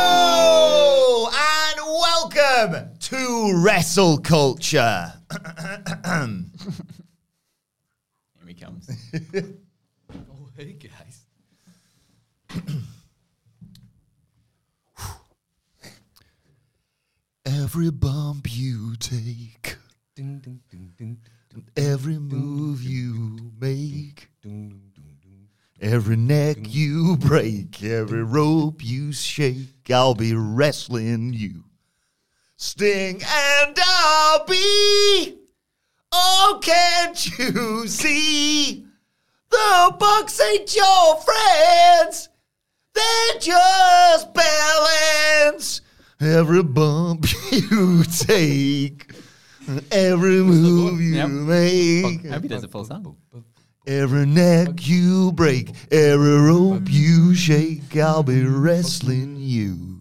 Hello and welcome to Wrestle Culture. Here he comes. oh, hey guys. Every bump you take, every move you make, every neck you break, every rope you shake, I'll be wrestling you. Sting and I'll be. Oh, can't you see? The Bucks ain't your friends. They're just balance. Every bump you take, every move you Yep. make, Happy does a full song. every neck you break, every rope you shake, I'll be wrestling you.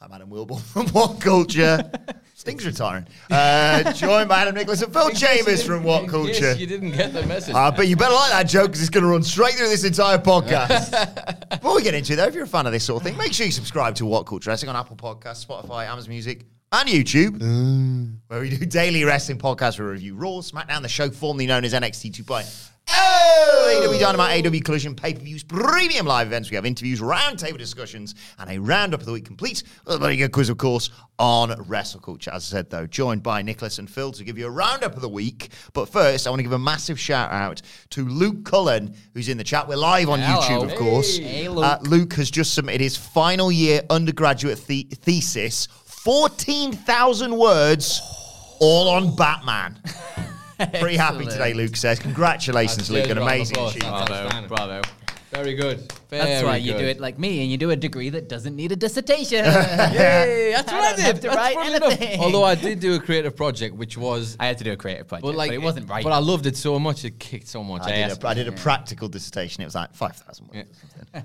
I'm Adam Wilborn from What Culture. Sting's retiring. Uh, joined by Adam Nicholas and Phil Chambers from What Culture. you didn't get the message. I bet you better like that joke because it's going to run straight through this entire podcast. Before we get into it, though, if you're a fan of this sort of thing, make sure you subscribe to What Culture Wrestling on Apple Podcasts, Spotify, Amazon Music, and YouTube, where we do daily wrestling podcasts where we review Raw, SmackDown, the show formerly known as NXT 2.0, AW oh. Dynamite, AW Collision, pay-per-views, premium live events. We have interviews, roundtable discussions, and a roundup of the week complete with a bloody good quiz, of course, on Wrestle Culture. As I said, though, joined by Nicholas and Phil to give you a roundup of the week. But first, I want to give a massive shout out to Luke Cullen, who's in the chat. We're live on Hello. YouTube, of course. Hey, Uh, Luke. Luke has just submitted his final year undergraduate the- thesis, 14,000 words, all on Batman. Pretty happy today, Luke says. Congratulations, Luke. An amazing achievement. Bravo, bravo. Very good. That's Very why you good. do it like me, and you do a degree that doesn't need a dissertation. Yay, that's I what I don't did. have to That's write funny enough. anything. Although I did do a creative project, which was. I had to do a creative project, But but, like it wasn't right. But I loved it so much; it kicked so much I ass. did, a, I did a practical dissertation. It was like 5,000 words.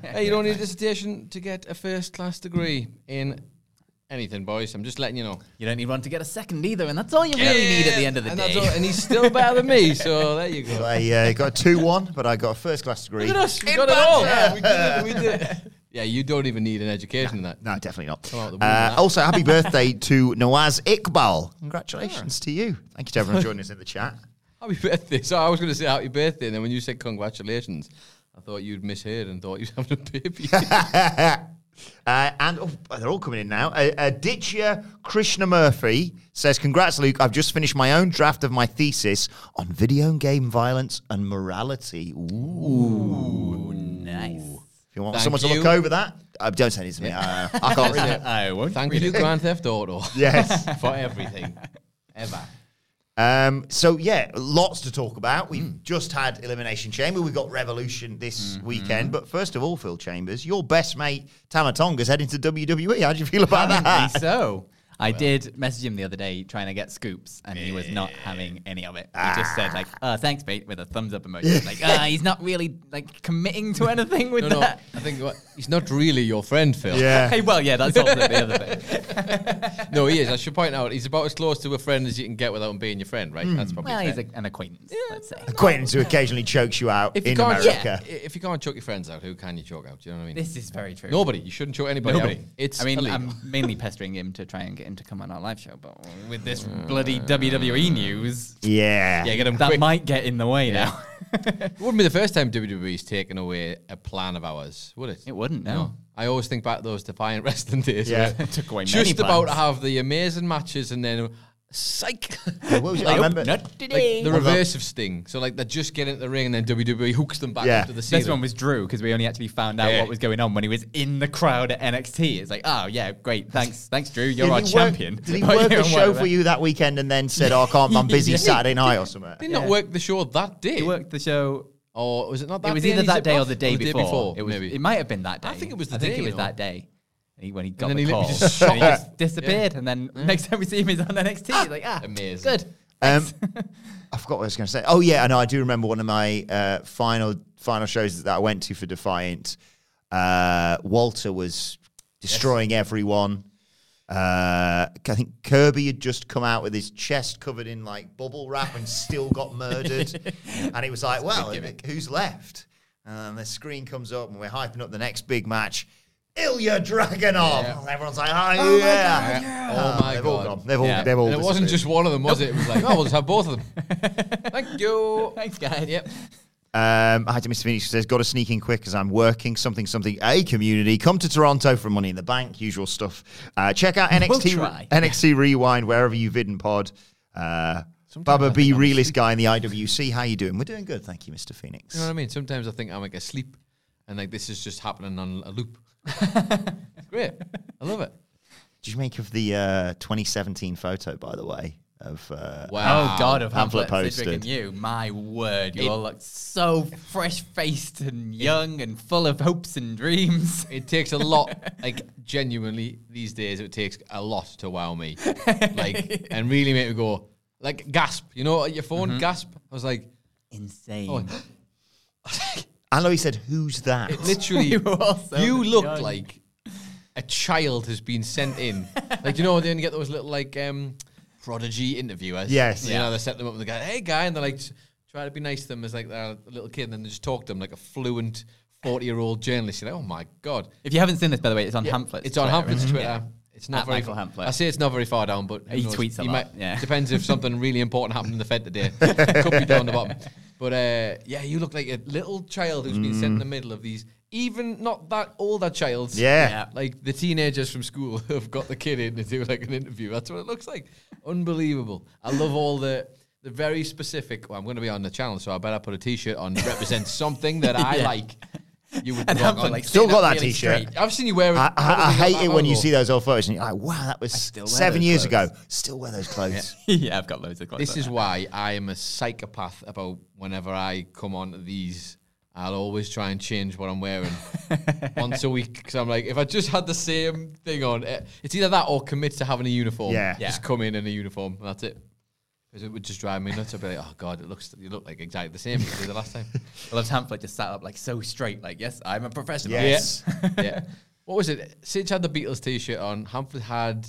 hey, you don't need a dissertation to get a first-class degree in anything, boys. I'm just letting you know. you don't need one to get a second either, and that's all you really need at the end of the and that's all- day. and he's still better than me, so there you So go. I uh, got a 2 1, but I got a first class degree. Look at us, we in got it all. Batman. We did it, we did it. Yeah, you don't even need an education in that. No, definitely not. out the womb Uh, with that. also, happy birthday to Nawaz Iqbal. Congratulations to you. Thank you to everyone joining us in the chat. Happy birthday. So I was going to say happy birthday, and then when you said congratulations, I thought you'd misheard and thought you was having a baby. Uh, and oh, they're all coming in now. Uh, uh, Ditya Krishna Murphy says, Congrats, Luke. I've just finished my own draft of my thesis on video game violence and morality. Ooh. nice. If you want Thank someone to look you. over that, uh, don't send it to me. Uh, I can't read it. I won't. Thank you, Grand Theft Auto, Yes. for everything. Ever. Um, so, yeah, lots to talk about. We've Hmm. just had Elimination Chamber. We've got Revolution this Mm-hmm. weekend. But first of all, E. Phil Chambers, your best mate, Tamatonga's heading to WWE. How do you feel about that? so I did message him the other day trying to get scoops, and he was not having any of it. He just said like, "Oh, thanks, mate," with a thumbs up emoji. like, uh, he's not really like committing to anything with No, no. that. I think what, he's not really your friend, Phil. Yeah. Hey, well, yeah, that's also the other thing. No, he is. I should point out he's about as close to a friend as you can get without him being your friend, right? That's probably Well, fair. he's a, an acquaintance, let's say. Acquaintance who occasionally chokes you out if you in can't, America. i- if you can't choke your friends out, who can you choke out? Do you know what I mean? This is very true. Nobody. You shouldn't choke anybody. Nobody. Out. It's I mean, um, illegal. I'm mainly pestering him to try and get him to come on our live show, but with this bloody WWE news, Yeah. yeah, get him that quick. might get in the way now. It wouldn't be the first time WWE's taken away a plan of ours, would it? it wouldn't, no. I always think back to those Defiant Wrestling days. Yeah. where Took away Just many about to plans. have the amazing matches and then psych. What was it? I remember. Not Like oh, today. the reverse of Sting. So like they just get into the ring and then WWE hooks them back Yeah. up to the This ceiling. this one was Drew because we only actually found out Yeah. what was going on when he was in the crowd at NXT. It's like, oh yeah, great, thanks, thanks, Drew, you're Did our he work- champion. Did he Or work you the know, show whatever. for you that weekend and then said, "Oh, I can't, I'm busy Saturday night or something"? Did not work the show that day. He worked the show. Or was it not that? it was day either and he that zipped day or off? the day, before. It was. maybe. It might have been that day. I think it was the I think day, it was you know. that day. He, when he got then the he call, literally just and he shot just disappeared, and then next time we see him, he's on NXT. like, ah, Amazing. good. Um, I forgot what I was going to say. Oh yeah, I know. I do remember one of my uh, final final shows that I went to for Defiant. Uh, Walter was destroying everyone. Uh, I think Kirby had just come out with his chest covered in like bubble wrap and still got murdered. and it was like, well, who's left? And the screen comes up and we're hyping up the next big match. Ilya Dragunov. And everyone's like, oh, yeah. Oh my they've god. all gone. They've all, Yeah. they've all And it wasn't disappeared. just one of them, was it? It was like, oh, we'll just have both of them. Thank you. Thanks, guys. Yep. Um, hi to Mr. Phoenix who says, got to sneak in quick because I'm working something, something. A community, come to Toronto for Money in the Bank, usual stuff. Uh, check out NXT, try. NXT Rewind, wherever you've been pod. Uh, Baba B, realist guy in the IWC. How you doing? We're doing good, thank you, Mr. Phoenix. You know what I mean? Sometimes I think I'm like asleep and like this is just happening on a loop. Great. I love it. Did you make of the uh, 2017 photo, by the way? Of uh, Wow. Oh God, of Pamphlet Hamlet Sidgwick posted. and you, my word, you all look so fresh-faced and young and full of hopes and dreams. It takes a lot, like genuinely these days, it takes a lot to wow me. Like, and really make me go, like, gasp. You know, your phone, gasp. I was like, Insane. oh, Aloe said, who's that? literally, You were also you look young. like a child has been sent in. like, you know, they only get those little, like, um, prodigy interviewers. Yes. You know, they set them up with the guy, hey, guy, and they're like, try to be nice to them as, like, they're a little kid, and then they just talk to them like a fluent 40 year old journalist. You're like, oh my God. If you haven't seen this, by the way, it's on Yeah, Hamlet. It's on Hamlet's Twitter. It's not At very Michael far- Hamlet. I say it's not very far down, but who He knows? tweets a lot, yeah. depends if something really important happened in the Fed today. Could be down the bottom. But uh, yeah, you look like a little child who's been sent in the middle of these. Even not that older child. Yeah. Yeah. Like the teenagers from school have got the kid in to do like an interview. That's what it looks like. Unbelievable. I love all the the very specific. Well, I'm going to be on the channel, so I better put a T-shirt on that represents something that I Yeah. like. You would And rock Hamlet, on. like, Still sitting got up that really t-shirt. straight. I've seen you wear it. I, I, I probably not hate it that when you long see those old photos and you're like, wow, that was still wear seven those years clothes. ago. Still wear those clothes. yeah, I've got loads of. This is why I am a psychopath about whenever I come on these. I'll always try and change what I'm wearing once a week because I'm like, if I just had the same thing on, eh, it's either that or commit to having a uniform. Yeah. just Yeah. come in in a uniform. And that's it. Because it would just drive me nuts. I'd be like, oh god, it looks you look like exactly the same as you did the last time. I love Hamlet just sat up like so straight. Like, yes, I'm a professional. Yes. yeah. What was it? Sitch had the Beatles T-shirt on. Hamlet had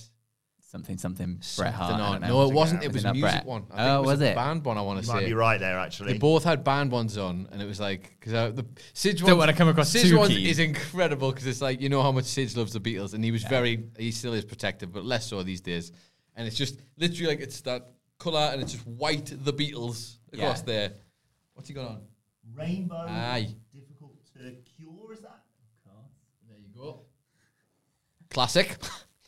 Something, something. Bret Hart. something I on. don't know. No, it wasn't. It Isn't was a that music Bret? one. I think Oh, was a it? Band one. I want to You say. might be right there, actually. They both had band ones on, and it was like because the Sid's Don't wanna come across Sid's too one keen. is incredible because it's like you know how much Sid loves the Beatles, and he was very he still is protective, but less so these days. And it's just literally like it's that color, and it's just white the Beatles across Yeah. there. What's he got on? Rainbow. Aye, difficult to cure, is that? there you go. Classic.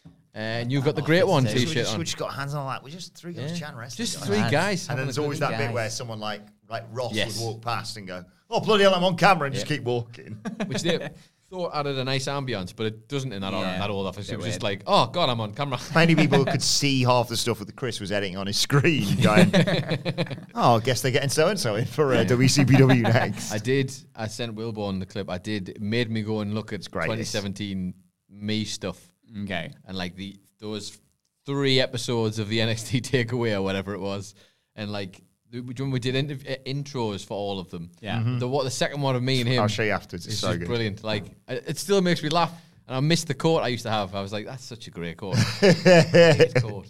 Uh, and you've got the great one We T-shirt just, on. we just got hands on like we're just three guys Yeah. chatting wrestling. Just guys. three guys. And having then a there's good always time. that bit where someone like like Ross Yes. would walk past and go, "Oh bloody hell, I'm on camera," and just keep walking. which they thought added a nice ambiance, but it doesn't in that old, Yeah. that old office. It Bit was just weird. like, oh god, I'm on camera. Many people could see half the stuff that Chris was editing on his screen, going, "Oh, I guess they're getting so and so in for uh, WCPW next." I did. I sent Wilborn the clip. I did. It made me go and look at great, this. 2017 me stuff Okay. and like the those three episodes of the NXT Takeaway or whatever it was, and like we, we did interv- uh, intros for all of them. Yeah. The what the second one of me and him. Mm-hmm. I'll show you afterwards. It's It's so just good. brilliant. Like I- it still makes me laugh. And I missed the court I used to have. I was like, that's such a great court. Great court.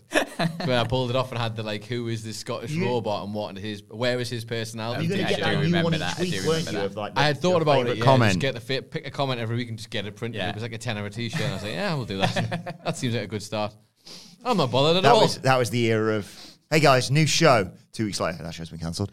when I pulled it off and had the like, who is this Scottish robot and what and his where is his personality? You're You're gonna going I to do get that new remember one that. each I do remember week, weren't you? that. Of like, I had thought about it. Yeah, comment. Just get a fit, pick a comment every week and just get it printed. Yeah. It was like a ten or a t-shirt. I was like, yeah, we'll do that. that seems like a good start. I'm not bothered at That all. was that was the era of. Hey guys, new show. Two weeks later, that show's been cancelled.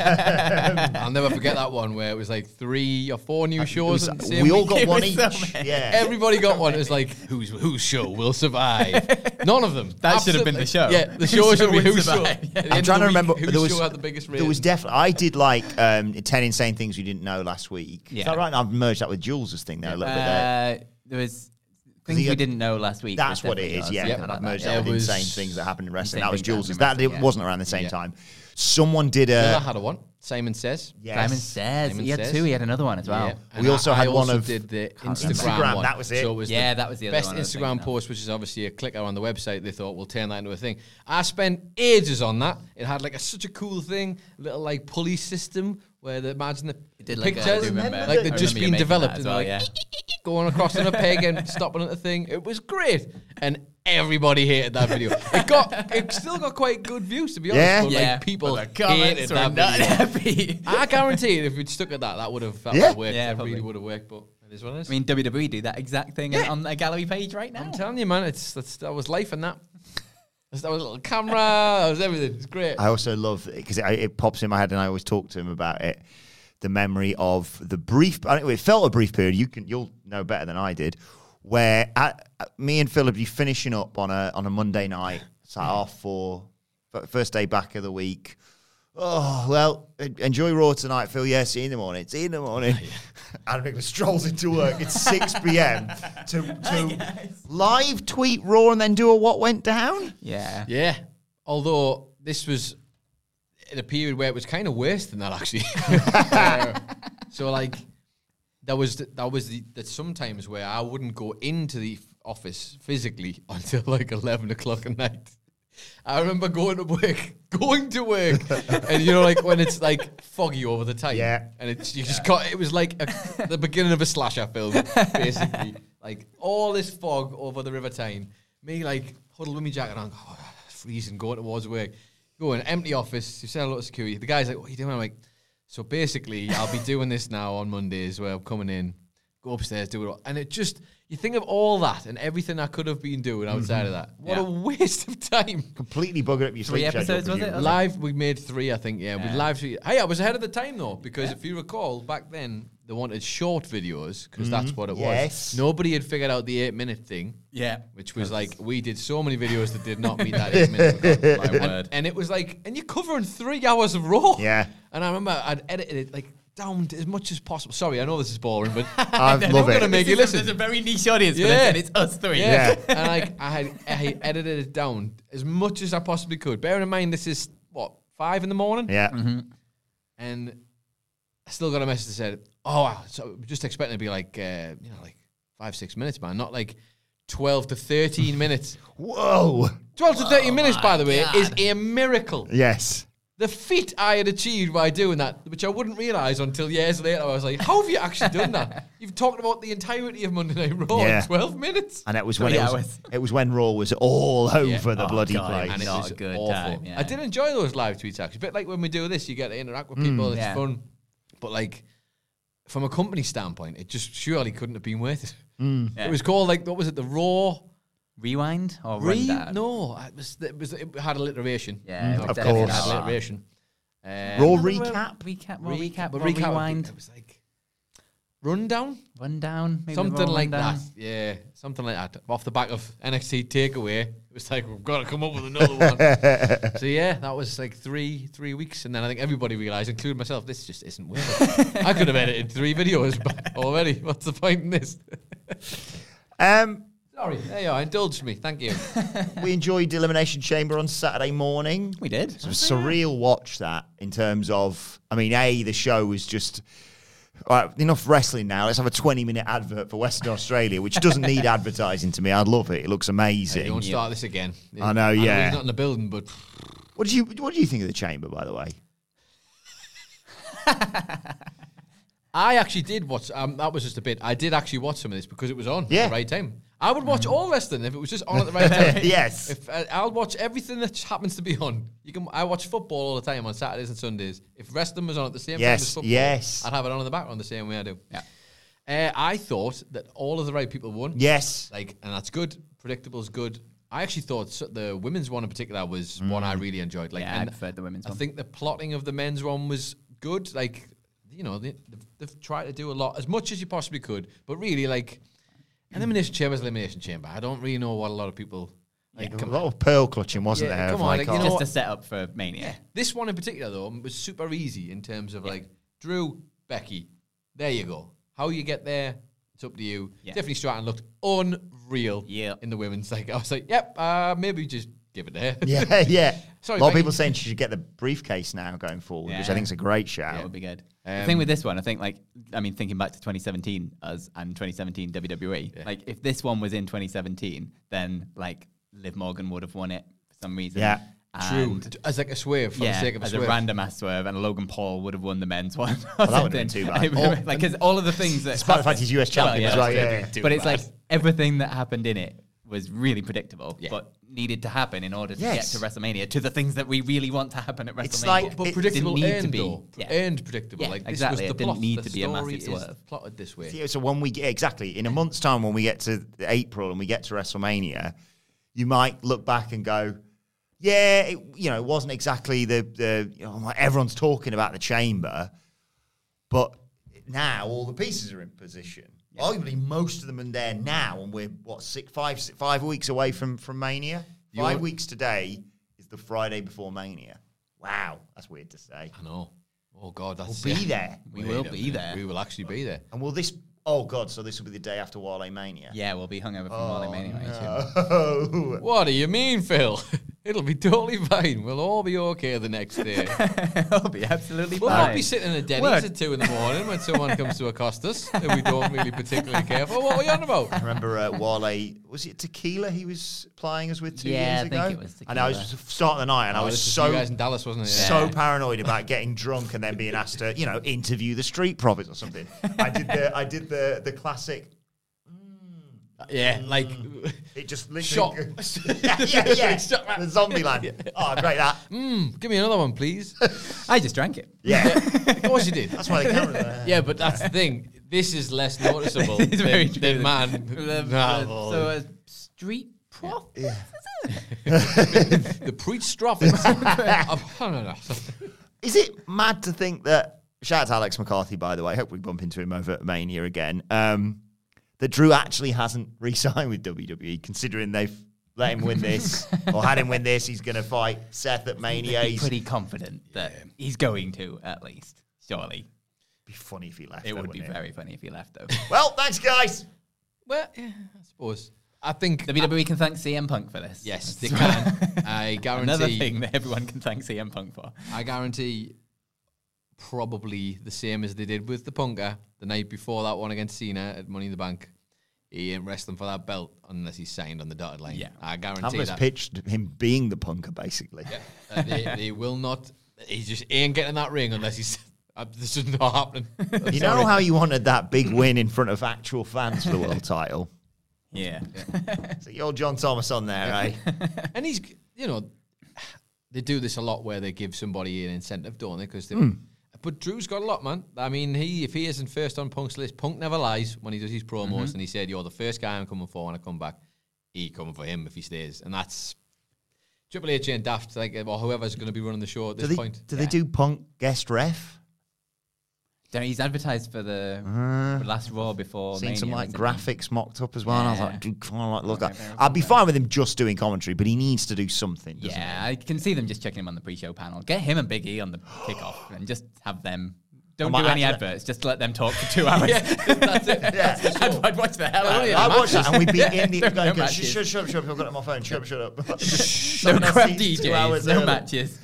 I'll never forget that one where it was like three or four new shows. was- in the same we all week. got It one was each. so yeah, Everybody got one. It was like, who's whose show will survive? None of them. That should have been the show. Absolutely. Yeah, the show should be will who's show. survive. At the end I'm of trying the week, to remember. whose there was show had the biggest There was ratings. definitely. I did like um, ten insane things we didn't know last week. Is Yeah. that right? I've merged that with Jules's thing there a little bit. There. Uh, there was things he we had- didn't know last week. That's was what it definitely is. yours, Yeah, something and like I've that, merged yeah. that with It was insane things that happened in wrestling. insane That was things that Jules's. That happened in it wrestling, wasn't around the same yeah. time. Someone did Miller a. had a one. Simon says. Yes. Simon says Simon he had Says. two. He had another one as well. Yeah. We And also I- I had one also of- did the Instagram, remember. Instagram, one. that was it. So it was Yeah, the that was the other best one I was Instagram thinking of. post, which is obviously a clicker on the website. They thought we'll turn that into a thing. I spent ages on that. It had like a, such a cool thing, little like pulley system where the imagine the did like a- I do pictures remember- like I they'd remember just you been making developed and that as they're well, like yeah. going across on a peg and stopping at the thing. It was great, and everybody hated that video. It got it still got quite good views to be honest. Yeah. but Yeah. like people But the hated comments were that not video. happy. I guarantee it, if we'd stuck at that, that would have that Yeah. would have worked. Yeah, it probably. really would have worked, but it is what it is. I mean, WWE do that exact thing Yeah. on their gallery page right now. I'm telling you, man, it's that's, that was life in that. That's- that was a little camera, that was everything. It's great. I also love because it, it pops in my head, and I always talk to him about it. The memory of the brief, I don't, it felt a brief period. You can, you'll know better than I did, where I, me and Philip be finishing up on a on a Monday night, it's like half four, f- first day back of the week. Oh well, en- enjoy Raw tonight, Phil. Yeah, see you in the morning. See you in the morning. Adam Nicholas strolls into work at six p.m. to, to live tweet Raw and then do a what went down. Yeah. yeah. Although this was in a period where it was kind of worse than that actually. so like that was the, that was the, the sometimes where I wouldn't go into the office physically until like eleven o'clock at night. I remember going to work, going to work, and you know, like when it's like foggy over the time, Yeah. and it's you just got it was like a, the beginning of a slasher film, basically. like all this fog over the River Tyne, me like huddled with my jacket on, oh, freezing, going towards work, go in empty office. You said hello to security. The guy's like, "What are you doing?" I'm like, "So basically, I'll be doing this now on Mondays where I'm coming in, go upstairs, do it all." And it just you think of all that and everything I could have been doing Mm-hmm. outside of that. What a waste of time. Completely buggered up your Three sleep schedule, episodes, was it? presumably. Live, we made three, I think. Yeah, Yeah. we live. Three. Hey, I was ahead of the time though, because if you recall, back then they wanted short videos because that's what it Yes. was. Nobody had figured out the eight-minute thing, Yeah. which was like we did so many videos that did not meet that eight-minute. record. My word. And it was like, and you're covering three hours of Raw. Yeah. And I remember I'd edited it like down to as much as possible. Sorry, I know this is boring, but I I'm love gonna it. make you listen. There's a very niche audience for Yeah. this, and it's us three. Yeah. Yeah. and like I had I edited it down as much as I possibly could. Bearing in mind this is what, five in the morning? Yeah. And I still got a message that said, Oh wow, so we're just expecting it to be like uh, you know, like five, six minutes, man, not like twelve to thirteen minutes. Whoa. Twelve to thirteen minutes, by the way, is a miracle. Yes. The feat I had achieved by doing that, which I wouldn't realise until years later, I was like, How have you actually done that? You've talked about the entirety of Monday Night Raw Yeah. in twelve minutes. And it was when Three it was, hours. it was when Raw was all over the Oh, bloody God, place. and It's it not was a good awful. time, yeah. I did enjoy those live tweets actually. A bit like when we do this, you get to interact with people. it's Mm, yeah. fun, but like from a company standpoint, it just surely couldn't have been worth it. Mm. It was called like what was it? The Raw Rewind or Re? rundown? No, it was it was it had alliteration. Yeah, it Of was definitely Definitely course. had that one. alliteration. Um, Raw Another one. recap. Recap. re- Well, recap. but well, recap, Rewind. It was like rundown, Rundown. Maybe something well, like rundown. that. Yeah, something like that. Off the back of NXT Takeaway, it was like we've got to come up with another one. so yeah, that was like three three weeks, and then I think everybody realised, including myself, this just isn't working. I could have edited three videos ba- already. What's the point in this? Um, Sorry, there you are. Indulge me, thank you. we enjoyed Elimination Chamber on Saturday morning. We did. It was a surreal watch that in terms of, I mean, A, the show was just All right, enough wrestling now. Let's have a 20 minute advert for Western Australia, which doesn't need advertising to me. I love it. It looks Don't amazing. start this again. I know, yeah. he's not in the building, but What do you What do you think of the chamber, by the way? I actually did watch. Um, that was just a bit. I did actually watch some of this because it was on Yeah. Mm. at the right time. I would watch all wrestling if it was just on at the right time. Yes. If uh, I'll watch everything that happens to be on. You can. I watch football all the time on Saturdays and Sundays. If wrestling was on at the same time Yes, as football, yes. I'd have it on in the background the same way I do. Yeah. Uh, I thought that all of the right people won. Yes. Like, and that's good. Predictable is good. I actually thought so- the women's one in particular was Mm. one I really enjoyed. Like, Yeah, I and preferred the women's I one. think the plotting of the men's one was good. Like, you know, they, they've, they've tried to do a lot as much as you possibly could, but really, like, elimination chamber is elimination chamber. I don't really know what a lot of people like. A come lot of pearl clutching, wasn't Yeah, there? come if on, I like, you can't- know Just what? a setup for Mania. This one in particular, though, was super easy in terms of like Drew, Becky. There you go. How you get there, it's up to you. Yeah. Tiffany Stratton looked unreal Yeah. in the women's. Like I was like, yep, uh, maybe just give it to her. yeah, yeah. Sorry, a lot of Becky. people saying she should get the briefcase now going forward, which I Yeah. think is a great shout. That would be good. the thing with this one, I think, like, I mean, thinking back to 2017 us and 2017 WWE, E, like, if this one was in 2017, then like Liv Morgan would have won it for some reason. Yeah. Drew, And as like a swerve for the yeah, sake of a as swerve. a random ass swerve, and Logan Paul would have won the men's one. that wouldn't have been too bad. All, like, because all of the things that Despite the fact he's US champion as well, that's yeah, true. yeah. Too But it's bad. like everything that happened in it was really predictable, but needed to happen in order to Yes. get to WrestleMania to the things that we really want to happen at WrestleMania. It's like- but It predictable didn't need earned to be. though. Yeah. Earned predictable. Yeah, like this exactly. was It the didn't plot. need The to be a story massive is swerve. plotted this way. Yeah, so when we get exactly in a month's time, when we get to April and we get to WrestleMania, you might look back and go, "Yeah, it, you know, it wasn't exactly the the you know, like everyone's talking about the chamber, but now all the pieces are in position. Arguably, most of them are there now, and we're what six, five, six, five weeks away from from Mania. five weeks today is the Friday before Mania. Wow, that's weird to say. I know. Oh God, that's We'll be yeah. there. We Wait will a be minute. there. We will actually be there. And will this? Oh God, so this will be the day after Wale Mania. yeah, we'll be hungover from Marley Mania. I assume. Oh. What do you mean, Phil? It'll be totally fine. We'll all be okay the next day. I'll be absolutely We'll fine. not be sitting in a Denny's Word. at two in the morning when someone comes to accost us and we don't really particularly care for. What are we on about? I remember uh, Wale, was it tequila he was plying us with two Yeah, years I ago? think it was And I was tequila. just start of the night, and I Oh, was this is so you guys in Dallas, wasn't it? so Yeah. paranoid about getting drunk and then being asked to, you know, interview the street prophets or something. I did the I did the the classic. yeah, like It just literally Shot. yeah, yeah, yeah. Shot back. the zombie land. Oh, great that. give me another one, please. I just drank it. Yeah, of course you did. that's why the camera. there. Yeah, but that's the thing. This is less noticeable It's than, very true. than man. The- Nah, the- well, Oh, so a street prof. the Oh, preached prophets. I don't know. Is it mad to think that? Shout out to Alex McCarthy, by the way. Hope we bump into him over at Mania again. Um, that Drew actually hasn't re-signed with WWE, considering they've let him win this or had him win this. He's going to fight Seth at Mania. He's He's pretty confident that he's going to at least. Surely, be funny if he left. it though, would be wouldn't very funny if he left though. Well, thanks, guys. Well, yeah, I suppose. I think WWE can thank CM Punk for this. yes, they can. I guarantee. Another thing that everyone can thank CM Punk for. I guarantee probably the same as they did with the punker the night before that one against Cena at Money in the Bank. He ain't wrestling for that belt unless he's signed on the dotted line. Yeah. I guarantee Hamlet's that. pitched him being the punker, basically. Uh, they, they will not. He just ain't getting that ring unless he's. Uh, this is not happening. You know how you wanted that big win in front of actual fans for the world title? Yeah. So you're John Thomas on there, eh? and he's, you know, they do this a lot where they give somebody an incentive, don't they? Because they. Hmm. But Drew's got a lot, man. I mean, he if he isn't first on Punk's list, Punk never lies when he does his promos, Mm-hmm. and he said, "You're the first guy I'm coming for when I come back." He coming for him if he stays, and that's Triple H and Daft, like or whoever's going to be running the show at Do this they, point. do they do punk guest ref? Don't- he's advertised for the last Raw before. Uh, seen some Mania, like hasn't he? graphics mocked up as well, and I was Yeah. like, dude, come on, like, look, I, I'd be fine with him just doing commentary, but he needs to do something. doesn't Yeah, I can see them just checking him on the pre-show panel. Get him and Big E on the kickoff, and just have them. Don't I do might any actually- adverts. Just let them talk for two hours. that's it. I'd, I'd watch the hell out of he? it. I watched that, and we'd be Oh, Yeah, in the. don't- Going, no shut, matches. shut, shut up, shut up! I've got it on my phone. Shut up, shut up. No Someone else crap needs two DJs. hours No early. matches.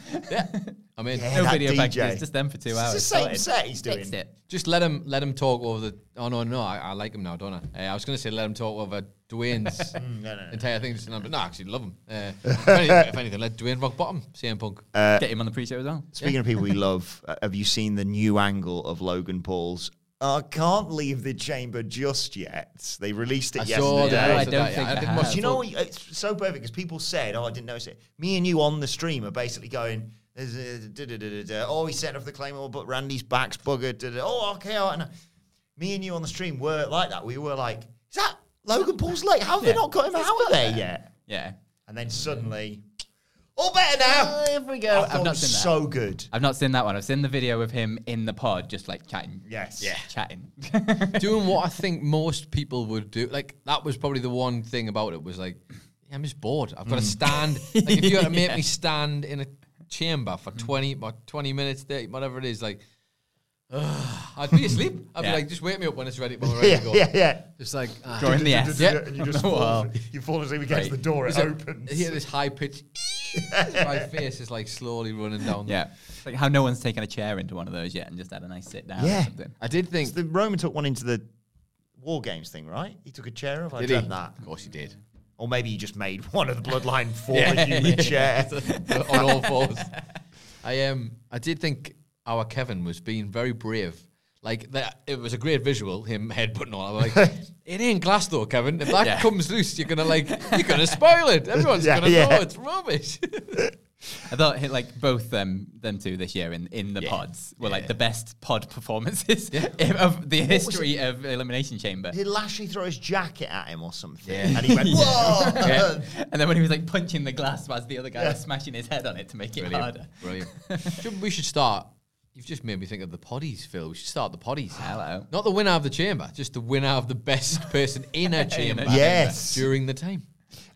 I mean, Yeah. No that video DJ. package. It's just them for two hours. the same Sorted. set he's doing. Fixed it. just let him let him talk over the. Oh no, no, I, I like him now, don't I? Uh, I was going to say let him talk over Dwayne's entire thing, just- but Mm, no, I actually love him. Uh, if, anything, if anything, let Dwayne rock bottom. CM Punk. Uh, Get him on the pre-show as well. Speaking of people we love, uh, have you seen the new angle of Logan Paul's? I can't leave the chamber just yet. They released it I yesterday. saw that. No, I said don't that, yeah. think they didn't watch have. Do you the know full- what? It's so perfect because people said, "Oh, I didn't notice it." Me and you on the stream are basically going, "There's a da-da-da-da-da. "Oh, he set up the claymore, but Randy's back's buggered." da-da. Oh, okay. all right." And me and you on the stream were like that. We were like, "Is that Logan Paul's leg? How have they Yeah. not got him out of there yet?" Yeah. And then suddenly, all better Oh, now. There we go. I thought I've it not was seen that. so good. I've not seen that one. I've seen the video of him in the pod, just like chatting. Yes. Yeah. Chatting. doing what I think most people would do. Like that was probably the one thing about it was like, yeah, I'm just bored. I've got to stand. Like if you were to make me stand in a chamber for 20 or 20 minutes, 30, whatever it is, like, ugh, I'd be asleep. I'd Yeah. be like, just wake me up when it's ready. When we're ready Yeah, to go. yeah, yeah. Just like ah. Drawing the S. Yeah. And you just fall, you fall asleep against the door. It opens. I hear this high pitch. My face is like slowly running down. Yeah. It's Like how no one's taken a chair into one of those yet and just had a nice sit down. Yeah. Or something. I did think. The Roman took one into the War Games thing, right? He took a chair. Have I Did he? done that? Of course he did. Or maybe he just made one of the bloodline for a human chair. on all fours. I um I did think our Kevin was being very brave. Like that, it was a great visual. Him headbutting all. I'm like, it ain't glass though, Kevin. If that comes loose, you're gonna like, you're gonna spoil it. Everyone's Yeah, gonna yeah. know it's rubbish. I thought hit like both them them two this year in, in the pods were like the best pod performances of the history of Elimination Chamber. Did Lashley throw his jacket at him or something? Yeah. And he went, whoa! Yeah. and then when he was like punching the glass whilst the other guy was smashing his head on it to make it harder. Brilliant. Should- we should start. You've just made me think of the poddies, Phil. We should start the poddies. Hello. Not the winner of the chamber, just the winner of the best person in a chamber. Yes. During the time.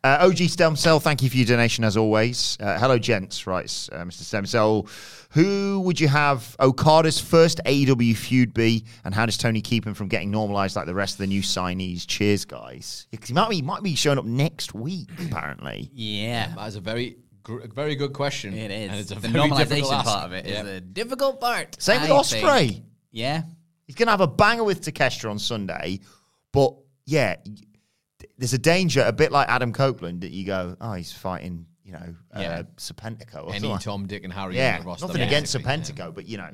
Uh, OG Stemcell, thank you for your donation as always. Uh, hello, gents, writes uh, Mr. Stemcell. Who would you have Okada's first AEW feud be, and how does Tony keep him from getting normalised like the rest of the new signees? Cheers, guys. Because he might be, might be showing up next week, apparently. Yeah. That is a very, gr- very good question. It is. And it's a the very difficult normalization ask. part of it is Yeah. the difficult part. Same with I Osprey. think. Yeah. He's going to have a banger with Takeshita on Sunday, but yeah, y- there's a danger, a bit like Adam Copeland, that you go, oh, he's fighting, you know, uh, Yeah. Serpentico or any something. Tom, Dick, and Harry yeah, on the roster. nothing against basically. Serpentico, but you know,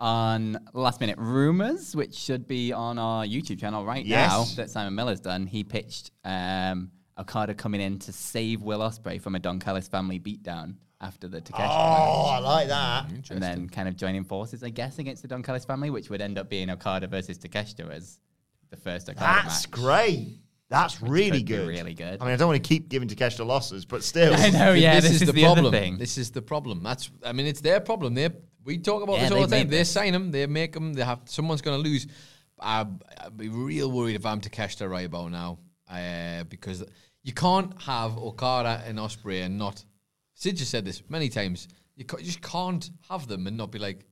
On last minute rumors, which should be on our YouTube channel right Yes. now that Simon Miller's done, he pitched um, Okada coming in to save Will Osprey from a Don Callis family beatdown after the Takeshi. oh, I like that. Mm-hmm. and then kind of joining forces, I guess, against the Don Callis family, which would end up being Okada versus Takeshita as the first Okada That's match. great. That's really could be good. really good. I mean, I don't want to keep giving Takeshita losses, but still, I know, yeah, this, is, the, problem. other thing. This is the problem. That's I mean, it's their problem. They we talk about Yeah, this all the they've time. made They this. sign them. They make them. They have someone's going to lose. I, I'd be real worried if I'm Takeshita right about now uh, because you can't have Okada and Osprey and not. Sid just said this many times. You, ca- you just can't have them and not be like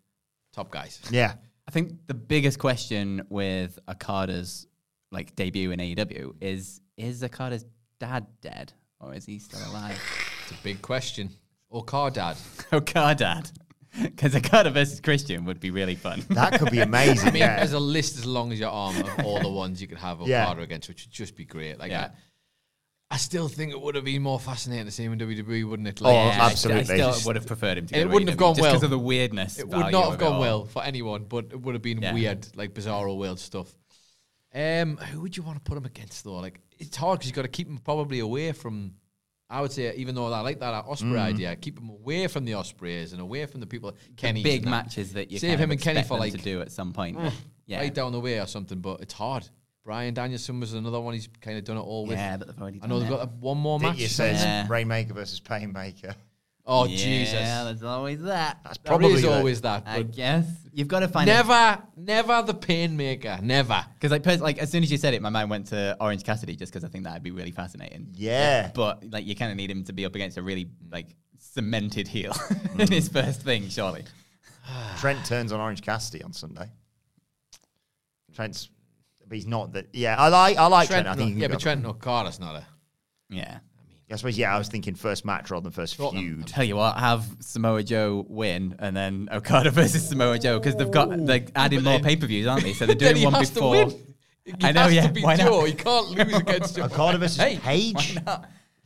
top guys. yeah, I think the biggest question with Okada's like debut in AEW is is Okada's dad dead or is he still alive? It's a big question. Okada dad. Okada, because Okada versus Christian would be really fun. that could be amazing. I mean, yeah. there's a list as long as your arm of all the ones you could have Okada Yeah. against, which would just be great. Like, Yeah. I, I still think it would have been more fascinating to see him in WWE, wouldn't it? Oh, Like, I- absolutely. I, still would have preferred him to. It go to wouldn't have AEW, gone just well. because of the weirdness. it would value not of have it gone all. well for anyone, but it would have been Yeah. weird, like bizarro world stuff. Um, who would you want to put him against though? Like, it's hard because you got to keep him probably away from. I would say, even though I like that Osprey Mm. idea, keep him away from the Ospreys and away from the people. Kenny, Big matches that you Save kind him of and Kenny Mm. expect for them like to do at some point. yeah, right down the way or something, but it's hard. Brian Danielson was another one he's kind of done it all with. yeah, but they've already. I know done they've it. got a- one more Did match. you says Yeah. Rainmaker versus Painmaker? oh, yeah, Jesus. There there's always that. That's is probably the- always that. I But guess you've got to find a- never, never the pain maker. Never. Because like, pers- like as soon as you said it, my mind went to Orange Cassidy just because I think that'd be really fascinating. Yeah. But like, you kind of need him to be up against a really like cemented heel in Mm-hmm. his first thing, surely. Trent turns on Orange Cassidy on Sunday. Trent's, but he's not that. Yeah, I like. I like Trent. I think. yeah, but Trent. Trent Okada's not a. Yeah. I suppose, yeah, I was thinking first match rather than first Tottenham. feud. Tell you what, have Samoa Joe win and then Okada versus Samoa Joe because they've got like adding But more then- pay per views, aren't they? So they're Then doing he one has to before. win. He I know, has yeah, To be why not? Joe. He can't lose against Joe. Okada versus Hey, Page.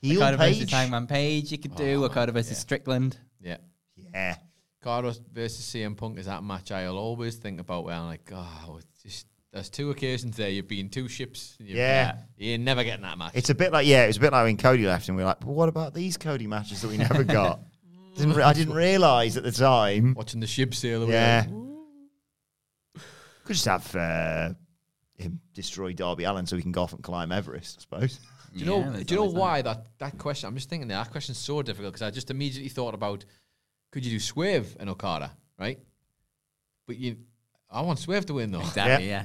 Heel Okada versus Page. Hangman Page, you could do Oh, Okada versus Strickland. Yeah. Yeah. Carlos versus CM Punk is that match I'll always think about where I'm like, oh, it's just, there's two occasions there. You've been two ships. You've- Yeah. You're never getting that match. It's a bit like, yeah, it was a bit like when Cody left and we were like, but what about these Cody matches that we never got? didn't re- I didn't realise at the time. Watching the ship sail away. Yeah. Could just have uh, him destroy Darby Allen so he can go off and climb Everest, I suppose. Do you know? Yeah, there's do you know always that. why that that question? I'm just thinking that, that question's so difficult because I just immediately thought about could you do Swerve and Okada, right? But you, I want Swerve to win though. Exactly, yeah. Yeah.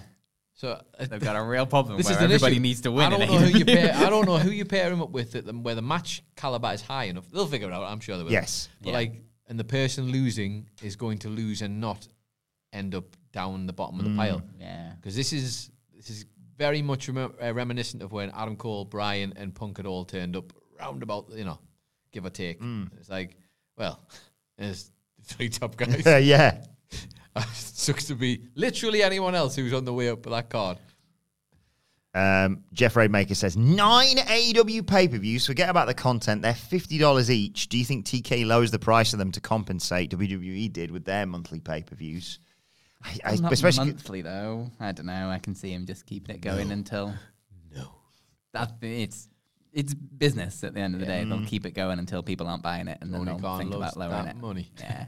So uh, They've got a real problem this where is an everybody issue. needs to win. I don't in know who you AEW. pair. I don't know who you pair him up with. At the, where the match caliber is high enough, they'll figure it out. I'm sure they will. Yes. But like, and the person losing is going to lose and not end up down the bottom of Mm. the pile. Yeah. because this is this is very much rem- uh, reminiscent of when Adam Cole, Brian, and Punk had all turned up roundabout, you know, give or take. Mm. It's like, well, there's the three top guys. Yeah, yeah. Sucks to be literally anyone else who's on the way up for that card. Um, Jeff Raidmaker says nine AEW pay per views. Forget about the content; they're fifty dollars each. Do you think TK lowers the price of them to compensate? WWE did with their monthly pay per views, I, I, Not especially monthly though. I don't know. I can see him just keeping it going until. No. That it's it's business at the end of the day. They'll keep it going until people aren't buying it, and then Tony they'll Khan think loves about lowering that it. money. Yeah,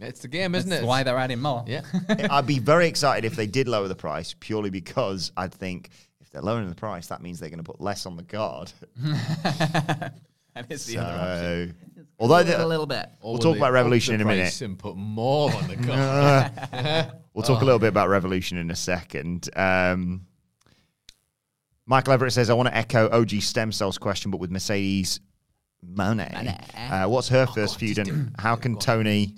It's the game, isn't that's it? why they're adding more. yeah. I'd be very excited if they did lower the price, purely because I'd think if they're lowering the price, that means they're going to put less on the card. that is the other option. So, although a the, little bit. we'll talk about Revolution in a minute. And put more on the card. We'll talk a little bit about Revolution in a second. Um, Michael Everett says, I want to echo OG Stem Cell's question, but with Mercedes Monet. Uh, what's her first feud and how can Tony.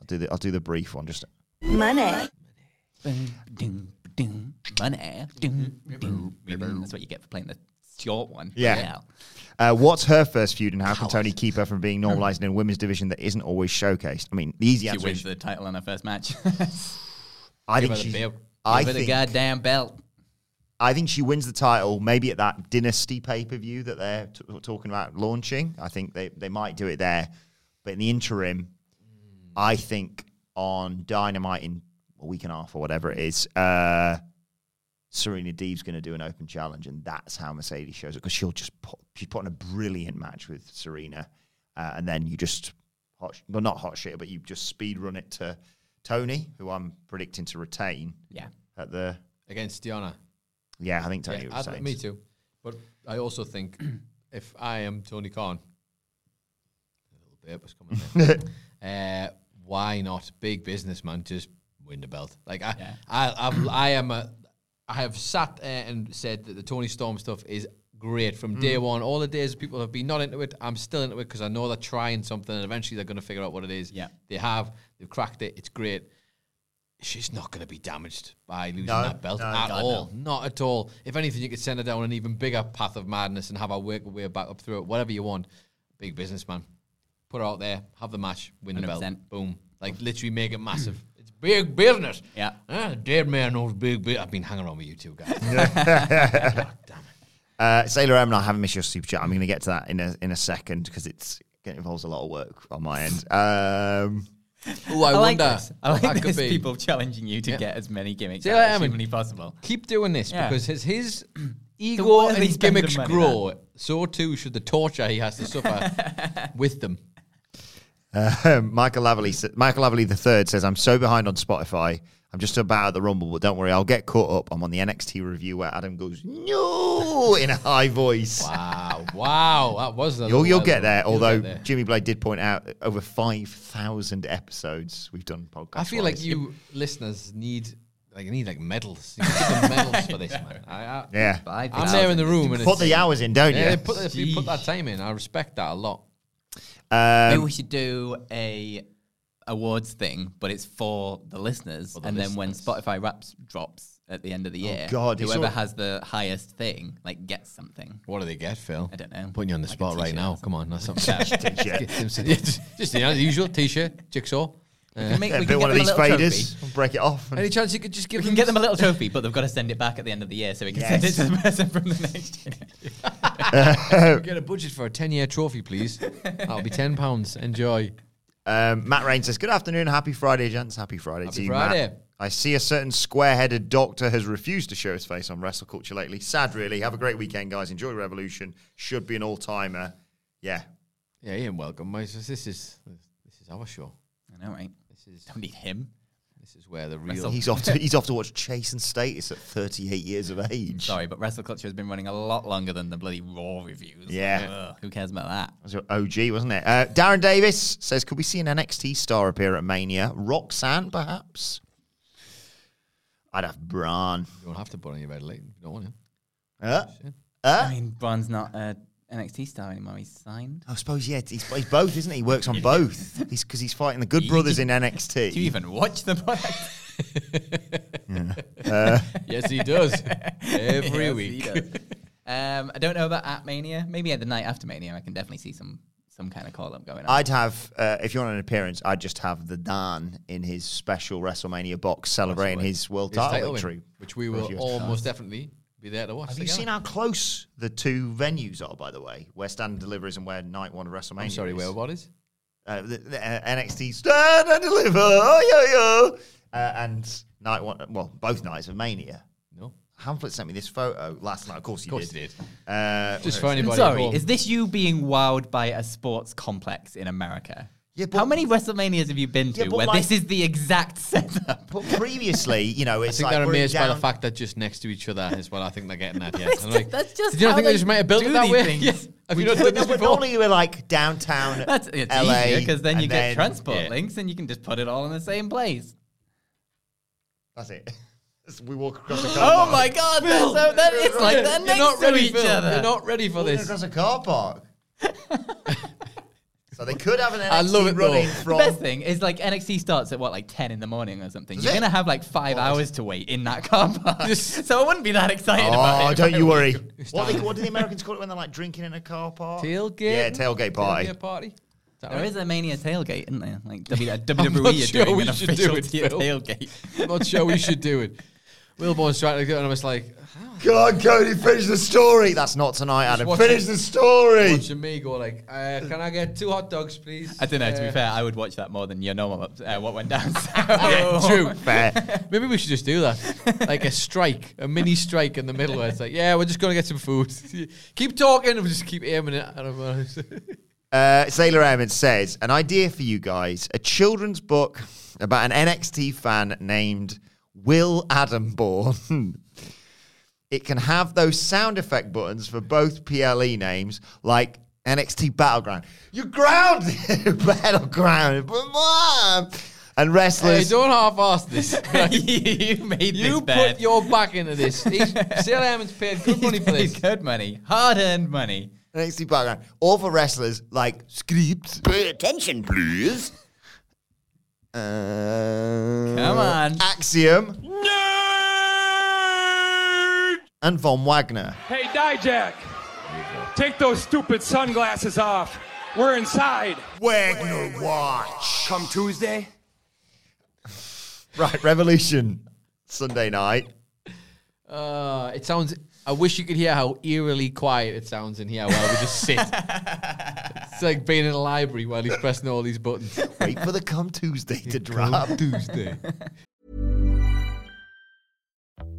I'll do, the, I'll do the brief one. Just Money. Ding, ding, money. Ding, ding, ding. That's what you get for playing the short one. Yeah. Bloody uh, What's her first feud and how can Tony keep her from being normalized in a women's division that isn't always showcased? I mean, the easy hell. She answer wins is the title on her first match. I Give her think, the she, belt. I, Give her the think, goddamn belt. I think she wins the title maybe at that Dynasty pay per view that they're t- talking about launching. I think they, they might do it there. But in the interim, I think on Dynamite in a week and a half or whatever it is, uh, Serena Deeb's going to do an open challenge, and that's how Mercedes shows up because she'll just put, she's put on a brilliant match with Serena, uh, and then you just hot, sh- well not hot shit, but you just speed run it to Tony, who I'm predicting to retain Yeah. at the Against Diana. yeah, I think Tony Yeah, I- retains. me too. But I also think if I am Tony Khan, a little bit was coming there. uh, why not big businessman just win the belt? Like I, Yeah. I, I've, I am a, I have sat there and said that the Tony Storm stuff is great Mm. from day one. All the days people have been not into it, I'm still into it because I know they're trying something and eventually they're going to figure out what it is. Yeah. they have. They've cracked it. It's great she's not going to be damaged by losing No, that belt no, at God, all. Not at all. If anything, you could send her down an even bigger path of madness and have her work her way back up through it. Whatever you want, big businessman. Put her out there, have the match, win the belt, 100%. boom. Like literally make it massive. It's big business. Yeah. Ah, dead man knows big. Bu- I've been hanging on with you two guys. Uh, Sailor M, and I haven't missed your super chat. I'm going to get to that in a in a second because it's it involves a lot of work on my end. Um, Oh, I, I like wonder. this. I what like that could this. be. People challenging you to Yeah. get as many gimmicks See out what I as mean? humanly possible. Keep doing this Yeah. because his his ego more they and spend the gimmicks money, grow. So too should the torture he has to suffer with them. um, Michael Laverley, sa- Michael Laverley the third says, "I'm so behind on Spotify. I'm just about at the Rumble, but don't worry, I'll get caught up. I'm on the NXT review where Adam goes no in a high voice. Wow, Ah, wow, that was the. You'll, you'll get there. You'll Although get there. Jimmy Blade did point out over five thousand episodes we've done podcasts. I feel like you listeners need like you need like medals. You need some medals for this, man. I, I, yeah, Five I'm there in the room and put it's, the hours in, don't yeah, you? they put, if you put that time in, I respect that a lot. Um, Maybe we should do a awards thing, but it's for the listeners. and then when Spotify Wraps drops, at the end of the Oh, year. God, he's whoever all- has the highest thing like gets something. What do they get, Phil? I don't know. I'm putting you on the Like a spot right t-shirt now. or Come on, that's something. T-shirt. Yeah, just, just, you know, the usual t-shirt, jigsaw. We can make- Yeah, we bit can one of get these them a little faders, trophy. break it off. and- Any chance you could just give We can get them a little trophy, but they've got to send it back at the end of the year so we can send it Yes. to the person from the next year. Get a budget for a 10 year trophy, please. That'll be £10. Enjoy. Um, Matt Rain says, Good afternoon. Happy Friday, gents. Happy Friday Happy to you, Friday. Matt. I see a certain square headed doctor has refused to show his face on Wrestle Culture lately. Sad, really. Have a great weekend, guys. Enjoy Revolution. Should be an all timer. Yeah. Yeah, Ian, welcome. My- This is, this is our show. I know, right? This is, Don't need him. this is where the real. He's off to he's off to watch Chase and Status at 38 years of age. Sorry, but Wrestle Culture has been running a lot longer than the bloody Raw reviews. Yeah. Ugh, who cares about that? That was your OG, wasn't it? Uh, Darren Davis says, Could we see an NXT star appear at Mania? Roxanne, perhaps? I'd have Braun. You don't have to put on your red light. You don't want to. Uh, I mean, Braun's not a NXT star anymore. He's signed. I suppose, yeah, he's, he's both, isn't he? He works on both. He's because he's fighting the good brothers in NXT. Do you even watch the product? Yes, he does. Every Yes, week. he does. um, I don't know about at Mania. Maybe at the night after Mania, I can definitely see some some kind of call up going on. I'd have, uh, if you want an appearance, I'd just have the Dan in his special WrestleMania box celebrating his world His title title win, victory. Which we will almost definitely be there to watch. Have you seen how close the two venues are, by the way? Where Stand and Deliver is and where Night One of WrestleMania I'm sorry, is? where what is? Uh, the, the, uh, NXT Stand and Deliver, oh, yo, yo. Uh, and Night One, well, both nights of Mania. No. Hamlet sent me this photo last night. Of course, you Of course did. he did. Uh, Just for anybody. Sorry, at home. is this you being wowed by a sports complex in America? Yeah, How but- many WrestleManias have you been Yeah, to but where like- this is the exact setup? But previously, you know, I it's think like they're we're amazed by the down- fact that just next to each other is what I think they're getting at. Yeah, And I'm like, that's just Did you not how think they they just might have built do it that these way? things. Yeah. Have you not done this But before? normally we're like downtown That's it's LA because then you and get transport yeah. links and you can just put it all in the same place. That's it. As we walk across a car Oh park. my god, they're so that it's like they're You're next not to ready, each Phil. other. You're not ready for Walking this. across a car park. so they could have an NXT I love it, though. running the from. best thing is like NXT starts at what like ten in the morning or something. Does You're it? gonna have like five hours to wait in that car park, so I wouldn't be that excited about Oh, it. don't you worry. What, they, what do the Americans call it when they're like drinking in a car park? Tailgate. Yeah, tailgate party. Tailgate party. Is that There right? is a Mania tailgate, isn't there? Like W- WWE are sure doing we an should do official it, t- Phil. tailgate. I'm not sure we should do it. Wilborn's trying to do it, and I was like, God, Cody, finish the story. That's not tonight, Adam. watch Finish it. the story. watching me go like, uh, can I get two hot dogs, please? I don't know. To be Uh, fair, I would watch that more than you know what- uh, what went down. So. Yeah, Oh true. Fair. Uh, Maybe we should just do that. Like a strike, a mini strike in the middle where it's like, yeah, we're just going to get some food. keep talking, and we just keep aiming it. I don't know. Uh, Sailor Airman says, an idea for you guys a children's book about an NXT fan named Will Adamborn. it can have those sound effect buttons for both PLE names, like NXT Battleground. You're grounded, Battleground. But mom! And Hey, wrestlers. don't half-ass this. you made You this put bed. your back into this. He's, Sarah Hammond's paid good money for this. good money, hard-earned money. NXT Battleground. Or for wrestlers, like scripts. Pay attention, please. Uh, Come on. Axiom. And Von Wagner. Hey, DiJack, take those stupid sunglasses off. We're inside. Wagner Watch. Come Tuesday. Right, Revolution Sunday night. Uh, it sounds. I wish you could hear how eerily quiet it sounds in here while we just sit. it's like being in a library while he's pressing all these buttons. Wait for the come Tuesday to drop. Tuesday.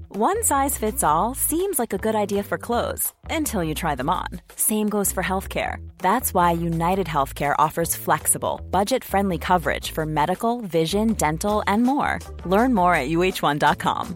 One size fits all seems like a good idea for clothes until you try them on. Same goes for healthcare. That's why United Healthcare offers flexible, budget friendly coverage for medical, vision, dental, and more. Learn more at uh1.com.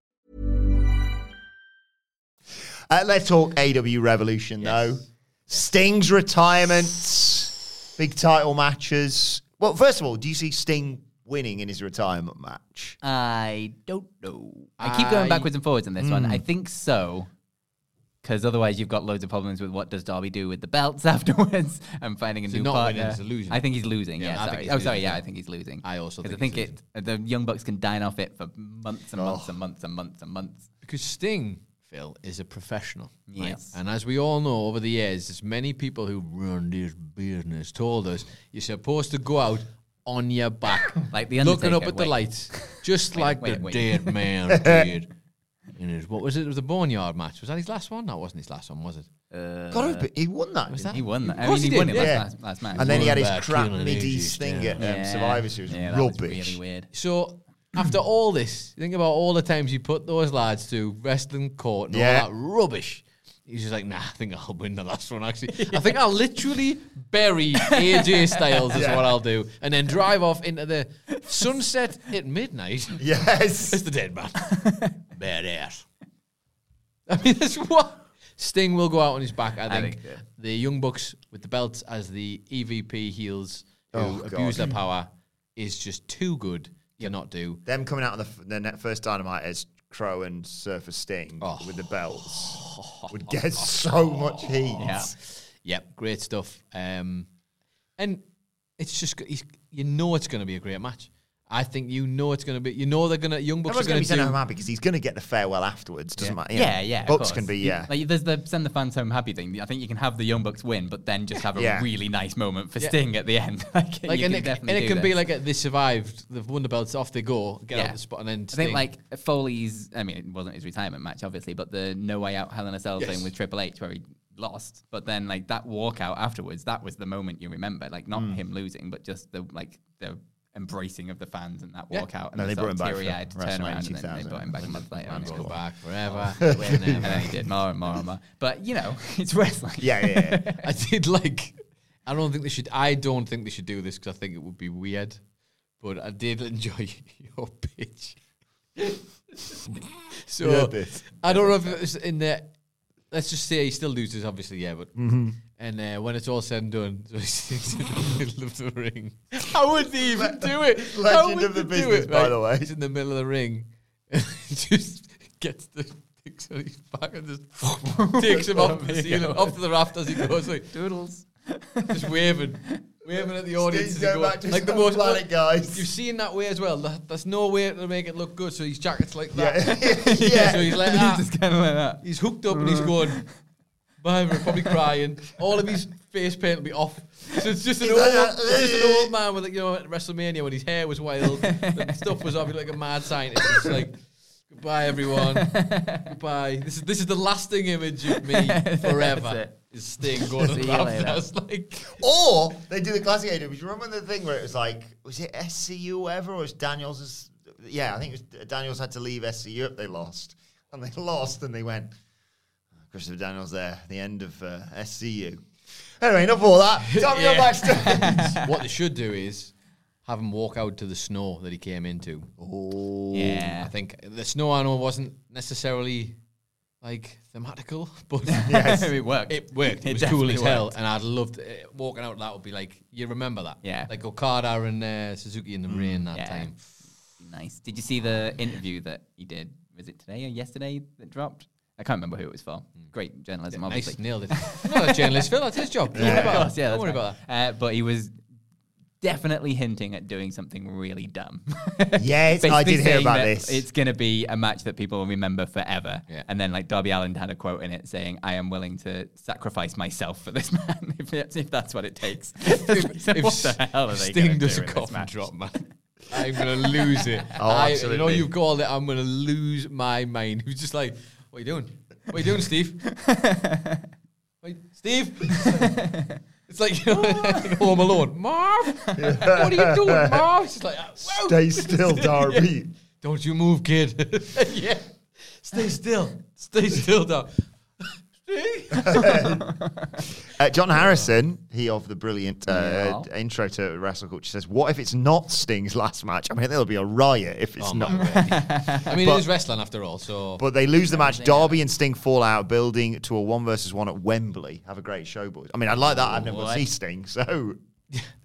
Uh, let's talk AW Revolution, though. Sting's retirement, big title matches. Well, first of all, do you see Sting winning in his retirement match? I don't know. I keep going I- backwards and forwards on this one. I think so, because otherwise you've got loads of problems with what does Darby do with the belts afterwards and finding a So new not winning partner. is a losing. I think he's losing. Yeah, Yeah, I think sorry. he's Oh, sorry. losing, Yeah, yeah. I think he's losing. I also 'Cause think I he's Oh. think it the young bucks can dine off it for months and months and months and months and months. Because Sting, Phil, is a professional. right? Yes. And as we all know over the years, there's many people who run this business told us you're supposed to go out on your back. Like The Looking up Undertaker, at wait. the lights. Just like wait, the wait. dead man did. In his, what was it? It was the Boneyard match. Was that his last one? That wasn't his last one, was it? God, I hope he won that. Was didn't that? He won Uh, that. I course mean, he did, he, won it yeah. last, last, last match. he? And then he had his Back crap in the midi 80s, sting yeah. at um, Survivor Series. Yeah, that was Rubbish. really weird. So after all this, think about all the times you put those lads to wrestling court and Yeah. all that rubbish. He's just like, nah, I think I'll win the last one. Actually, I think I'll literally bury AJ Styles is what I'll do, and then drive off into the sunset at midnight. It's Yes. the dead man, badass. I mean, that's what Sting will go out on his back. I think, think, yeah. the Young Bucks with the belts as the EVP heels who Oh, abuse God. their power is just too good to not do. Them coming out on the, f- the net first dynamite as Crow and Surfer Sting with the belts would get so much heat. Yeah. Yep. Great stuff. Um, and it's just g- he's, you know it's going to be a great match. I think you know it's going to be. You know they're going to young bucks Everyone's are going to going be sent home to happy because he's going to get the farewell afterwards. Doesn't matter. you know. Yeah, yeah. of Bucks can course. be You- yeah. Like there's the send the fans home happy thing. I think you can have the Young Bucks win, but then just have a Yeah. really nice moment for Sting at the end. like, do. Like you and can it, and definitely it do can be this. like a, they survived. They've won the belts. Off they go. Get out Yeah. of the spot and then. I think like Foley's. I mean, it wasn't his retirement match, obviously, but the No Way Out Hell in a Cell thing Yes. with Triple H, where he lost, but then like that walkout afterwards, that was the moment you remember. Like not Mm. him losing, but just the like the embracing of the fans and that walkout. And No, the they brought sort of him back for teary-eyed WrestleMania turnaround, and then they 2000. brought him back a month later. and it go was back forever. whenever. and then he did more and more and more. But you know, it's wrestling. yeah, yeah, yeah. I did like. I don't think they should. I don't think they should do this because I think it would be weird. But I did enjoy your pitch. so Yeah, bit. I don't know if it was in there. Let's just say he still loses, obviously. Yeah, but Mm-hmm. and uh, when it's all said and done, so he sits in the middle of the ring. How would they even do it? How legend would of the they do business, by the way. he's in the middle of the ring, and just gets the. Takes on his back and just takes him off the ceiling, off the raft as he goes. Like, Doodles. just waving, waving at the audience. Steve's as he going goes. back to his own planet, guys. You've seen that way as well. That, there's no way to make it look good. So his jacket's like that. yeah. So yeah. he's like He's that. just kind of like that. He's hooked up and Uh. he's going. Behind him, probably crying. All of his face paint will be off. So it's just an He's old, like that. it's just an old man with like, you know at WrestleMania when his hair was wild, and stuff was off. He's like a mad scientist. It's like goodbye everyone, goodbye. This is this is the lasting image of me forever. it. Is Sting going to See you later. laugh? like Or they do the classic AW. Do you remember the thing where it was like, was it SCU or whatever, or was Daniels? Yeah, I think it was uh, Daniels had to leave SCU if they lost, and they lost, and they went. "Oh, Christopher Daniels there, the end of uh, SCU. Anyway, enough of all that. Time to go Yeah. backstage. what they should do is have him walk out to the snow that he came into. Oh, Yeah. I think the snow I know wasn't necessarily like thematical, but it worked. it worked. It, was cool definitely as hell, worked. and I'd loved it. walking out. That would be like you remember that, Yeah. Mm, Like Okada and uh, Suzuki in the rain that Yeah. time. Nice. Did you see the interview that he did? Was it today or yesterday that dropped? I can't remember who it was for. Great journalism, obviously. Nice, nailed it. I'm not a journalist, Phil. That's his job. Don't worry Of about course, that. yeah, Don't that's worry fine. about that. Uh, but he was definitely hinting at doing something really dumb. yes, I Basically did hear saying about uh, that this. It's going to be a match that people will remember forever. Yeah. And then, like, Darby Allen had a quote in it saying, I am willing to sacrifice myself for this man, if, that's- if that's what it takes. So what the hell are they Sting gonna does do a in this coffin match? drop, man. I'm gonna lose it. Oh, I, you know absolutely. you've called it. I'm gonna lose my mind. He was just like, "What are you doing? What are you doing, Steve? Wait, Steve." It's like you know, like Home Alone, Marv. What are you doing, Marv? She's like, "Ah, "Whoa." Stay still, Darby. Don't you move, kid. yeah. Stay still. Stay still, though. Uh, John Harrison, he of the brilliant uh, intro to Wrestle Culture, says, "What if it's not Sting's last match? I mean, there'll be a riot if Oh, it's not." I mean, But- it is wrestling after all, so. But they lose the match. Darby and Sting fall out, building to a one versus one at Wembley. Have a great show, boys. I mean, I like that. I've never seen Sting, so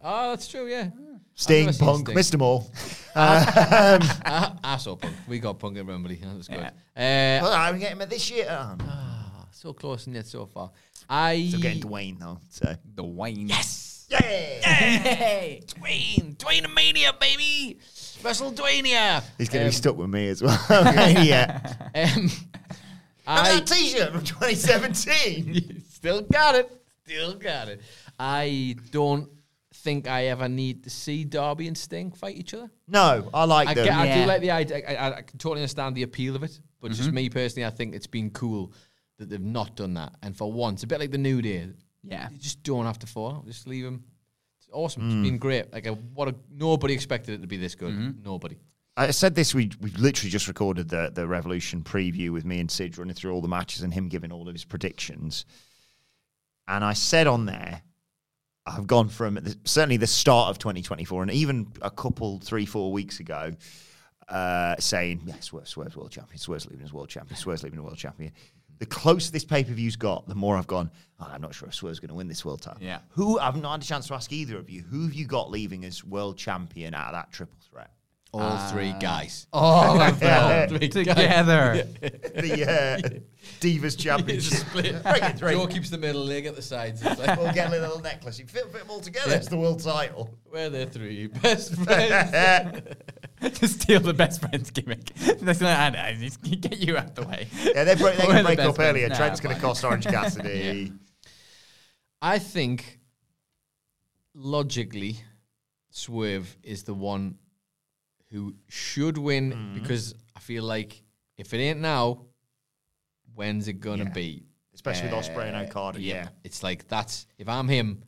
oh, that's true, yeah. Sting, never seen Punk, Sting. Mr. Moore. I, I saw Punk. We got Punk at Wembley. That was good. Eh, Oh, I'm getting him this year. Oh, no. Uh, so close and yet so far. I. Still getting Dwayne though. So The Wayne. Yes. yeah. Hey, Dwayne. Dwayne Mania, baby. Wrestle Dwayne. He's going to be stuck with me as well. yeah. Um, I that T-shirt from 2017. still got it. Still got it. I don't think I ever need to see Darby and Sting fight each other. no, I like I, them. get, I Yeah. do like the idea. I, I, I can totally understand the appeal of it, but just me personally, I think it's been cool that they've not done that. And for once, a bit like the New Day, Yeah. you just don't have to fall out. Just leave them. It's awesome. It's been great. Like a, what a, nobody expected it to be this good. Nobody. I said this. We we literally just recorded the the Revolution preview with me and Sid running through all the matches and him giving all of his predictions. And I said on there, I've gone from the, certainly the start of 2024, and even a couple three four weeks ago, uh, saying yeah, Swerve Swerve's world champion, Swerve's leaving as world champion, Swerve's leaving as world champion. The closer this pay per view's got, the more I've gone. "Oh, I'm not sure if Swerve's going to win this world title. Yeah. Who I've not had a chance to ask either of you. Who have you got leaving as world champion out of that triple threat? All three guys. Ah. All of Yeah. them Uh, together. the uh, Divas It's Championship. a split. Break it three. Joe keeps the middle leg at the sides. It's like, We'll get a little necklace. You fit, fit them all together. It's the world title. We're the three best friends. yeah, to steal the best friends gimmick. That's not, I know, just get you out the way. they, break, they We're can the break best up friends. earlier. Nah, Trent's going to fine. cost Orange Cassidy. I think logically, Swerve is the one who should win because I feel like if it ain't now, when's it gonna Yeah. be? Especially with Osprey and Uh, Okada, yeah. it's like that's if I'm him,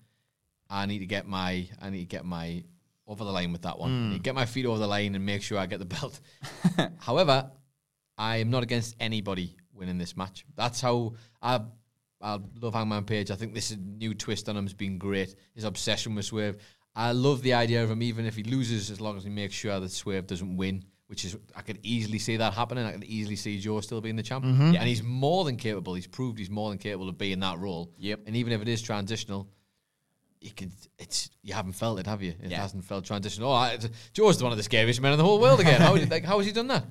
I need to get my I need to get my over the line with that one. I need to get my feet over the line and make sure I get the belt. However, I am not against anybody winning this match. That's how I I love Hangman Page. I think this is- new twist on him's been great. His obsession with Swerve. I love the idea of him, even if he loses, as long as he makes sure that Swerve doesn't win. Which is, I could easily see that happening. I could easily see Joe still being the champ, Mm-hmm. and he's more than capable. He's proved he's more than capable of being that role. Yep. And even if it is transitional, you can. It's you haven't felt it, have you? It Yeah. hasn't felt transitional. Oh, I, Joe's one of the scariest men in the whole world again. How, like, how has he done that?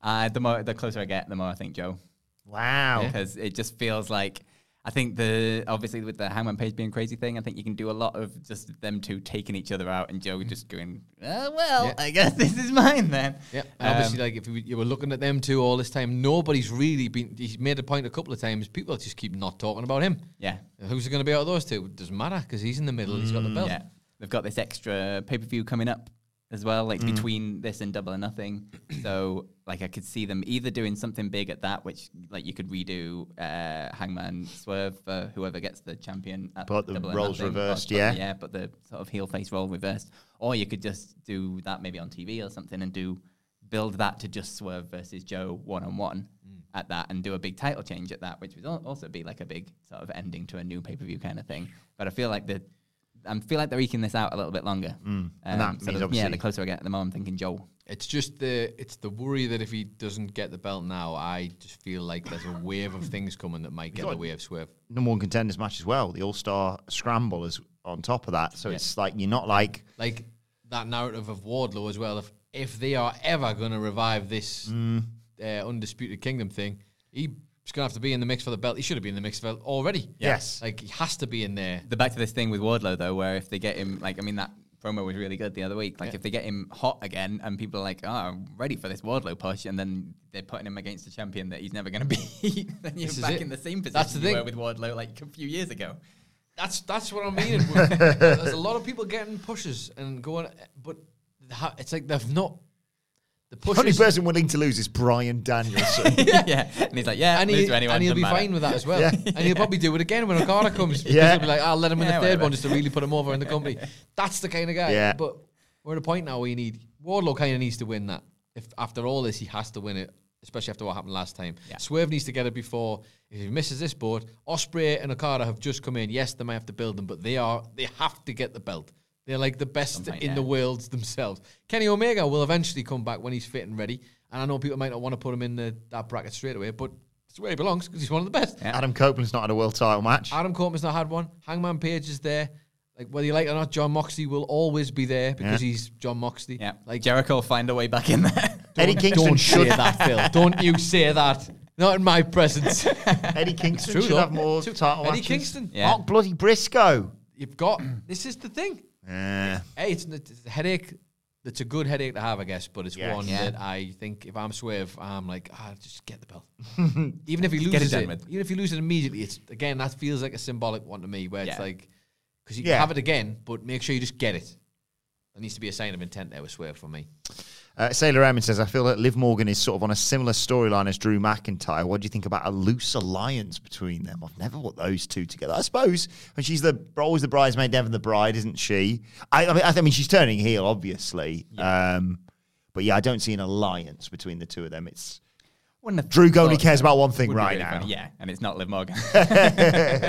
Uh, the more, the closer I get, the more I think Joe, Wow. because it just feels like. I think the obviously with the Hangman Page being crazy thing, I think you can do a lot of just them two taking each other out and Joe just going, oh, well, Mm. Yeah. I guess this is mine then. Yeah, and obviously, like if you, you were looking at them two all this time, nobody's really been. He's made a point a couple of times. People just keep not talking about him. Yeah, Who's it going to be out of those two? It doesn't matter because he's in the middle. and he's got the Oh. belt. Mm, Yeah, they've got this extra pay per view coming up as well, like Mm. between this and Double or Nothing. so, like, I could see them either doing something big at that, which like you could redo uh, Hangman Swerve for whoever gets the champion. At But the Double or roles Nothing, or- reversed, but- yeah. yeah, but the sort of heel face role reversed, or you could just do that maybe on TV or something and do build that to just Swerve versus Joe one on one. Mm. At that and do a big title change at that, which would al- also be like a big sort of ending to a new pay per view kind of thing. But I feel like the I feel like they're eking this out a little bit longer. Mm. and that means the- yeah, obviously- the closer I get, the more I'm thinking Joel. It's just the it's the worry that if he doesn't get the belt now, I just feel like there's a wave of things coming that might get the way of Swerve. Number one contenders match as well. The All Star Scramble is on top of that. So it's like you're not like. Like that narrative of Wardlow as well. If if they are ever going to revive this uh, undisputed kingdom thing, he's going to have to be in the mix for the belt. He should have been in the mix for the belt already. Yes. Like he has to be in there. The back to this thing with Wardlow though, where if they get him, like I mean that promo was really good the other week. Like if they get him hot again, and people are like, "Oh, I'm ready for this Wardlow push," and then they're putting him against a champion that he's never going to beat, then you're This is back it. in the same position That's the you were with thing. Wardlow like a few years ago. That's that's what I mean. We're- There's a lot of people getting pushes and going, but ha- it's like they've not. The The only pushers, person willing to lose is Brian Danielson. yeah. And he's like, yeah, and, lose he, to anyone, and he'll doesn't be matter. fine with that as well. Yeah. And he'll probably do it again when Okada comes. because Yeah. He'll be like, I'll let him win Yeah, the third whatever. one just to really put him over in the company. That's the kind of guy. Yeah. But we're at a point now where you need Wardlow kind of needs to win that. If after all this, he has to win it, especially after what happened last time. Swerve needs to get it before. If he misses this board, Osprey and Okada have just come in. Yes, they might have to build them, but they are they have to get the belt. They're like the best Something, in yeah. the world themselves. Kenny Omega will eventually come back when he's fit and ready. And I know people might not want to put him in the, that bracket straight away, but it's where he belongs because he's one of the best. Adam Copeland's not had a world title match. Adam Copeland's not had one. Hangman Page is there. Like whether you like it or not, John Moxley will always be there because he's John Moxley. Yeah. Like Jericho will find a way back in there. Eddie Kingston don't should say that, Phil. Don't you say that. Not in my presence. Eddie Kingston True, should though. have more True. title Eddie matches. Kingston. Yeah. Mark bloody Briscoe. You've got this is the thing. Yeah. Hey, it's, it's a headache. It's a good headache to have, I guess, but it's Yes. one Yeah. that I think if I'm Swerve, I'm like, ah, just get the belt. even if he Get it loses done it, with. even if you lose it immediately, it's again that feels like a symbolic one to me, where it's Yeah. like, because you Yeah. can have it again, but make sure you just get it. There needs to be a sign of intent there with Swerve for me. Uh, Sailor Emin says, I feel that Liv Morgan is sort of on a similar storyline as Drew McIntyre. What do you think about a loose alliance between them? I've never put those two together. I suppose when she's the always the bridesmaid, never the bride, isn't she? I, I, mean, I, th- I mean, she's turning heel, obviously. Um, but yeah, I don't see an alliance between the two of them. It's Wouldn't have Drew only thought cares so. about one thing Would be right really now. funny. Yeah, and it's not Liv Morgan. um,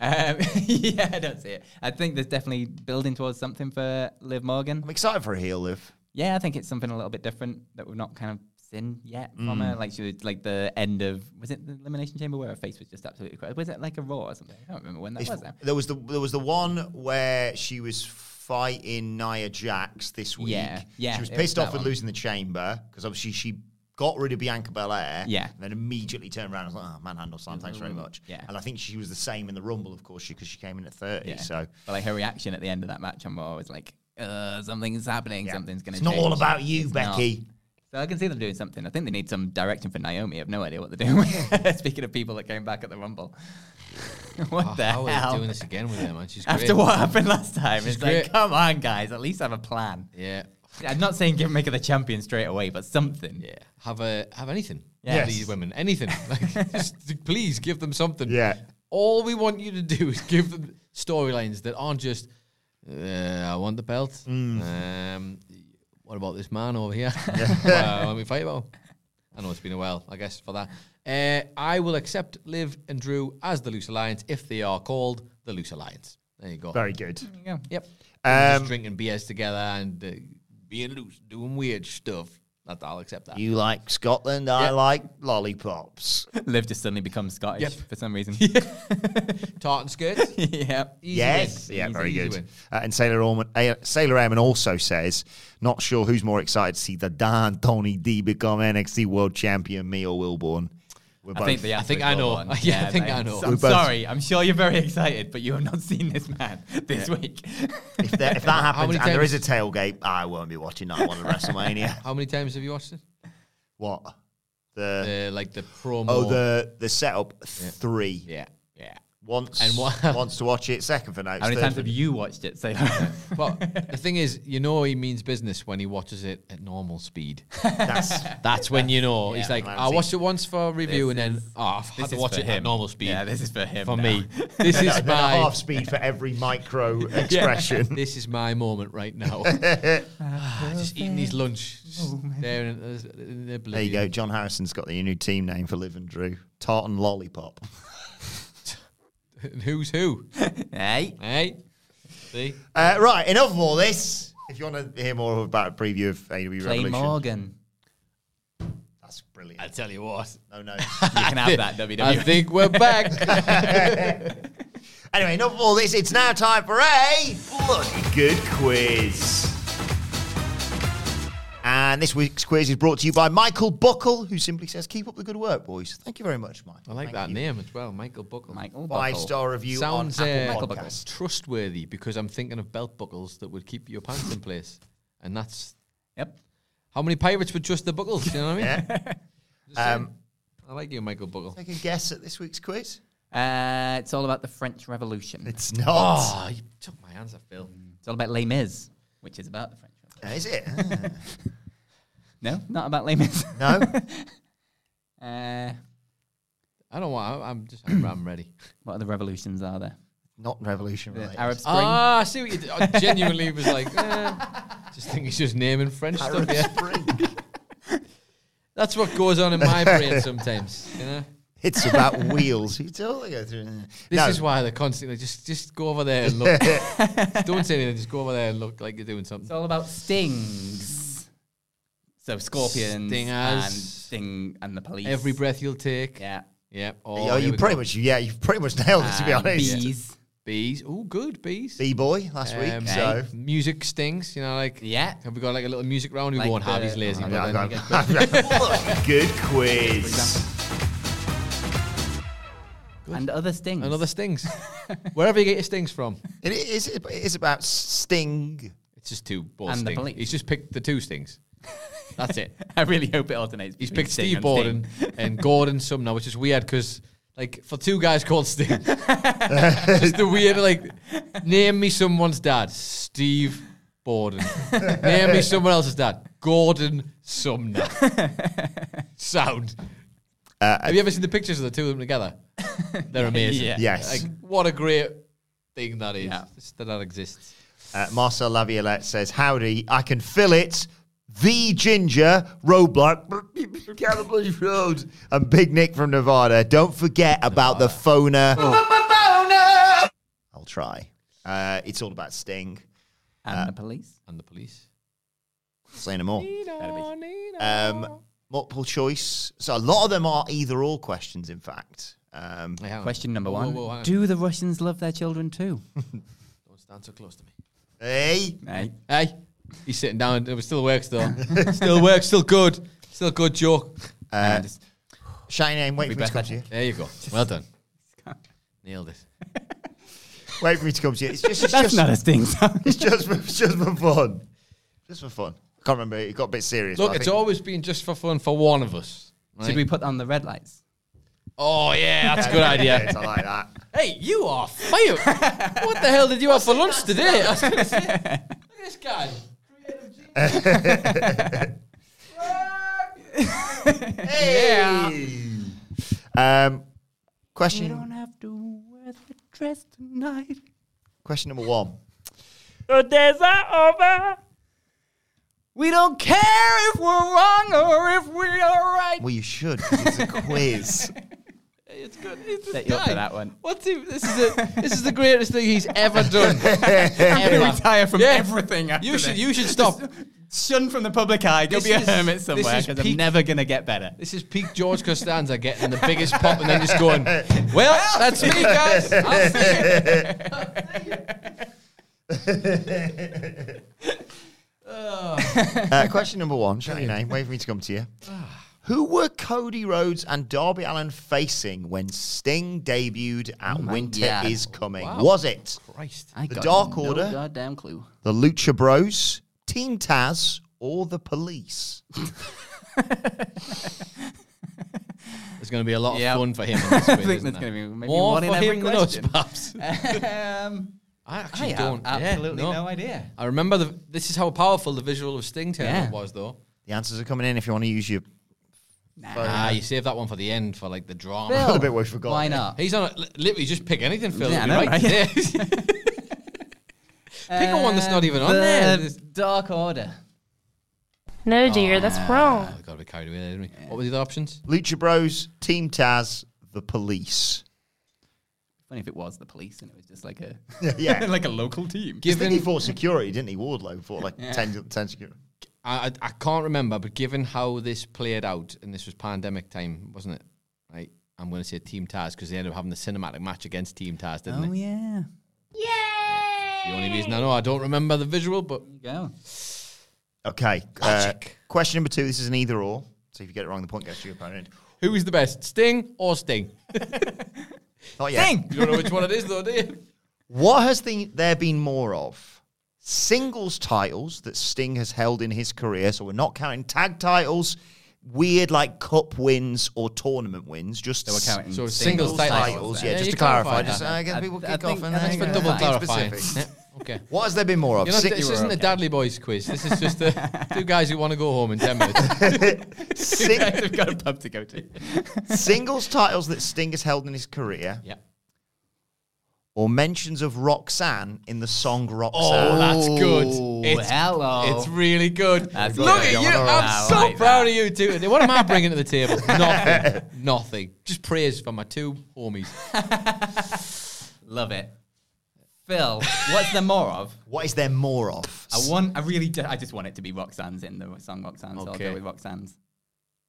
yeah, I don't see it. I think there's definitely building towards something for Liv Morgan. I'm excited for a heel, Liv. Yeah, I think it's something a little bit different that we've not kind of seen yet from Mm. her. Like she was like the end of was it the Elimination Chamber where her face was just absolutely crazy? Was it like a Raw or something? I can't remember when that If- was. now. There was the there was the one where she was fighting Nia Jax this week. Yeah, yeah, She was it was pissed that off for one. losing the chamber because obviously she got rid of Bianca Belair. Yeah. And then immediately turned around and was like, "Oh, manhandle Sam, thanks very much." Yeah. And I think she was the same in the Rumble, of course, because she came in at thirty. Yeah. So But like her reaction at the end of that match on Raw was like, uh, something's happening, yeah. something's going to It's not all about you, Becky. So I can see them doing something. I think they need some direction for Naomi. I have no idea what they're doing. Speaking of people that came back at the Rumble. what Oh, the how are hell? you doing this again with her, man? She's great. After what happened last time, She's it's great. like, come on, guys, at least have a plan. Yeah, I'm not saying give make her the champion straight away, but something. yeah. Have a have anything. Yes. These women, anything. Like, just please give them something. Yeah. All we want you to do is give them storylines that aren't just, uh, I want the belt. Mm. Um, what about this man over here? Well, let me fight about. him. I know it's been a while, I guess, for that. Uh, I will accept Liv and Drew as the Loose Alliance if they are called the Loose Alliance. There you go. Very good. Yeah. Yep. Um, just drinking beers together and uh, being loose, doing weird stuff. That I'll accept that. You like Scotland, I Yeah. like lollipops. Liv just suddenly becomes Scottish Yep. for some reason. Tartan skirts. yep. Easy Yes, win. yeah, Easy, very easy good. win. Uh, and Sailor Orman, uh, Sailor Airman also says, not sure who's more excited to see the Dan Tony D become NXT World Champion, me or Wilborn. We're I think, the I think athlete I know. will won. Yeah, I think I know. so- We I'm both- sorry. I'm sure you're very excited, but you have not seen this man this week. if, that, if that happens many and there times- is a tailgate, I won't be watching that one at WrestleMania. How many times have you watched it? What? The, The like the promo. oh the the setup three. yeah, yeah. Once And and what- wants to watch it. Second for notes. How many third times for- have you watched it? So Well, the thing is, you know, he means business when he watches it at normal speed. That's That's when you know. He's Yeah. like, Man, I see, watched it once for review, and then oh, I've this had to is watch for it at him. normal speed. Yeah, this is for him for now. me. This is then a my half speed for every micro expression. This is my moment right now. Ah, just eating his lunch. just staring at the- the There you oblivion. go. John Harrison's got the new team name for Liv and Drew. Tartan Lollipop. And Who's who? hey, hey, see, Uh, right, enough of all this. If you want to hear more about a preview of AEW Clay Revolution, Morgan. that's brilliant. I tell you what. no, no. You can have that WWE. I think we're back. anyway, enough of all this. It's now time for a bloody good quiz. And this week's quiz is brought to you by Michael Buckle, who simply says, "Keep up the good work, boys." Thank you very much, Mike. I like that name as well, Michael Buckle. Michael Five oh, Buckle. star review Sounds on uh, Apple Buckle. Podcasts. trustworthy because I'm thinking of belt buckles that would keep your pants in place, and that's Yep. how many pirates would trust the buckles. You know what I mean? Just saying. Um, I like you, Michael Buckle. Take a guess at this week's quiz. Uh, it's all about the French Revolution. It's not. Oh, you took my hands off, Bill. It's all about Les Mis, which is about the French Revolution. Uh, Is it? No, not about Les Mis. no? uh, I don't want. I- I'm just. I'm ready. what other revolutions are there? Not revolution The related. Arab Spring. Ah, I see what you did. I genuinely was like, eh. just think he's just naming French stuff. Yeah, Spring. that's what goes on in my brain sometimes. You know, it's about wheels. You totally go through. this No. is why they're constantly just just go over there and look. don't say anything. Just go over there and look like you're doing something. It's all about stings. So scorpions Stingers. and sting and the police. Every breath you'll take. Yeah. Yep. Oh, you pretty much, yeah, you've pretty much nailed it, to be Um, And honest. Bees. bees. Oh, good bees. B-boy last Um, week, so... music stings. You know, like Yeah. Have we got like a little music round? We Like won't have. the- He's lazy. I but know, I then- know. Good quiz. And other stings. Another stings. Wherever you get your stings from. It is, it is about sting. It's just two balls. And the sting. police. He's just picked the two stings. That's it. I really hope it alternates. He's between picked sting Steve and Borden sting. and Gordon Sumner, which is weird because, like, for two guys called Sting, just the weird, like, name me someone's dad, Steve Borden. name me someone else's dad, Gordon Sumner. Sound. Have you ever seen the pictures of the two of them together? They're amazing. Yeah. Yes. Like, what a great thing that is. Yeah. Just That that exists. Uh, Marcel Laviolette says, Howdy, I can fill it. The Ginger, Roadblock, Cannibal Road, and Big Nick from Nevada. Don't forget about the phoner. I'll try. Uh, it's all about Sting. and the police. And the police. Say no more. That'd be- Um, multiple choice. So a lot of them are either or questions, in fact. Um, Hey, hang on. Question number Whoa, one: whoa, whoa, hang on. Do the Russians love their children too? Don't stand so close to me. hey, Right. Hey, he's sitting down. It still works though. still works. Still good. Still good joke. Hang on, just- uh, Shane, I'm waiting for me to better. come to you. There you go. Well done. Nailed it. Wait for me to come to you. It's just, it's That's just, not a sting song. it's just, for, it's just for fun. Just for fun. I can't remember. It got a bit serious. Look, but I it's think- always been just for fun for one of us. Should we put on the red lights? Oh yeah, that's a good Yeah, idea. it's- I like that. hey, you are fire. what the hell did you have for lunch today? I was gonna say, look at this guy. Um, We question don't have to wear the dress tonight. question number one. The days are over. We don't care if we're wrong or if we are right. Well, you should. 'cause It's a quiz. It's good. It's this Set you up guy. for that one. What's he, this is a, this is the greatest thing he's ever done. ever. retire from Yeah. everything. after You should this. you should stop. shun from the public eye. Go This be a is- hermit this somewhere is because I'm peak- never gonna get better. This is peak George Costanza getting the biggest pop and then just going, well, that's me, guys. I'll see you." Uh, question number one. Shout your name. Wait for me to come to you. Ah. Who were Cody Rhodes and Darby Allen facing when Sting debuted Oh, at Winter God. Is Coming? Was it Christ. I The Dark Order? goddamn clue. the Lucha Bros, Team Taz, or the Police? There's going to be a lot of Yeah. fun for him. on this I quiz, think isn't that's there? gonna be maybe More one for in every him than us, question. perhaps. um, I I actually have don't. yeah, absolutely no. no. idea. I remember the, this is how powerful the visual of Sting Taylor Yeah. was, though. The answers are coming in if you want to use your. Ah, you save that one for the end for like the drama. Another bit we forgot. Why eh? not? He's on. A, li- literally, just pick anything, Phil. Yeah, You'll I be know, right. right? Uh, Yeah. pick a one that's not even on Um, the there. This- Dark Order. No, dear, that's wrong. Ah, we got to be carried away there, didn't we? What were the other options? Lucha Bros, Team Taz, the Police. Funny if it was the police and it was just like a yeah. like a local team. I think he Given fought security, didn't he? Wardlow fought like 10, 10 security. I, I I can't remember, but given how this played out, and this was pandemic time, wasn't it? Like, I'm going to say Team Taz because they ended up having the cinematic match against Team Taz, didn't Oh they? yeah. The only reason I know, I don't remember the visual, but There you go. Okay. Uh, question number two. This is an either or. So if you get it wrong, the point goes to your opponent. who is the best, Sting or Sting? Not yet. You don't know which one it is, though, do you? What has the, there been more of? Singles titles that Sting has held in his career. So we're not counting tag titles, weird like cup wins or tournament wins. Just They were counting So singles singles titles. titles. Yeah, Yeah, just you to clarify. clarified Just that. uh, get I- people I kick think- off and I then think For Yeah, double fine. clarifying. Specific. Yeah. Okay. What has there been more of? You know, Sick this you were isn't the okay. Dadley Boys quiz. This is just the two guys who want to go home in 10 minutes. Sing- They've got a pub to go to. singles titles that Sting has held in his career. Yeah. Or mentions of Roxanne in the song Roxanne. Oh, that's Oh, good. It's, hello. it's really good. That's Look good. at you. Going I'm around so like proud of you two. What am I bringing to the table? Nothing. Nothing. Just praise for my two homies. Love it. Phil, what's there more of? What is there more of? I want. I really. Ju- I just want it to be Roxanne's in the song Roxanne's. So I'll Okay. go with Roxanne's.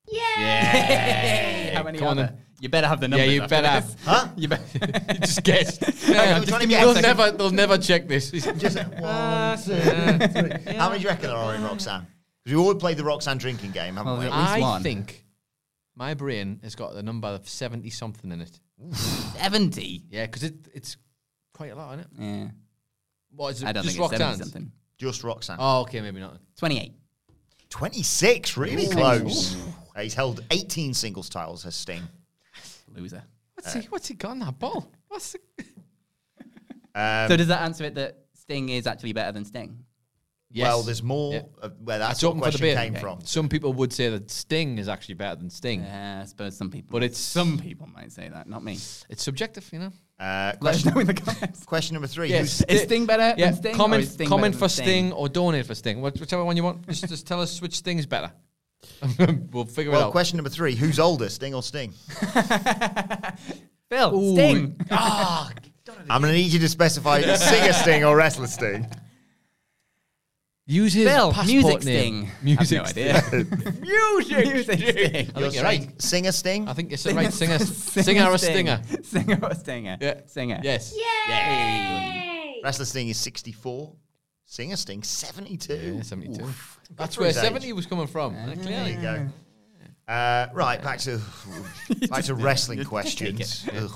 Yeah. How many Come are on there? then. You better have the Yeah, numbers. you after better this. have. Huh? You better. You just guessed. I'm trying to get a they'll, second. never, they'll never check this. Just one, two, three. How many do you reckon there are in Roxanne? Because we all played the Roxanne drinking game, haven't Well, we? at least I one. think my brain has got the number of 70 something in it. Seventy. Yeah, because it, it's quite a lot, isn't it? Yeah. What is it? I don't just think rock it's seventy dance. something. Just Roxanne. Oh, okay, maybe not. Twenty-eight. 26, really close. Uh, he's held 18 singles titles as Sting. Loser. What's, Uh, he, what's he got in that ball? What's the... so does that answer it? That Sting is actually better than Sting. Well, there's more Yeah. of where that That's sort of open for question debate. came Okay. from. Some people would say that Sting is actually better than Sting. Yeah, I suppose some people. But it's- some people might say that, not me. It's subjective, you know. Uh, Let us question, know in the comments. question number three. Yeah, Who's, Sting- Is Sting better Yeah, than Sting? or comment, is Sting comment better for than Sting? or donate for Sting, Which- whichever one you want. Just, just tell us which Sting's better. we'll figure it well, out. question number three. Who's older, Sting or Sting? Phil, Sting. Ah, I'm going to need you to specify singer Sting or wrestler Sting. Use his Phil, passport music name. Sting. Music I have no Sting. idea. music, Sting. I think you're right. Singer Sting? I think you're right. Singer, singer or stinger. Singer or stinger. Yeah. Singer. Yes. Wrestler Sting is 64. Singer Sting, 72. Yeah, 72. Oof. That's for where his age. 70 was coming from. Uh-huh. There Clearly. you go. Uh, right, back to back to wrestling questions. Ugh.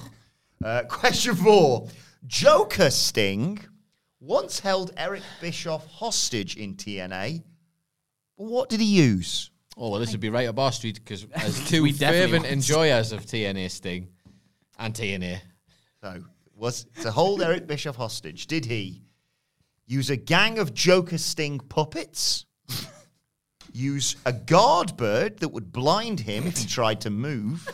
Uh, question four: Joker Sting once held Eric Bischoff hostage in TNA. But what did he use? Oh, well, this would be right up our street because as two We definitely fervent want- enjoyers of TNA Sting and TNA, So was to hold Eric Bischoff hostage. Did he use a gang of Joker Sting puppets? use a guard bird that would blind him if he tried to move?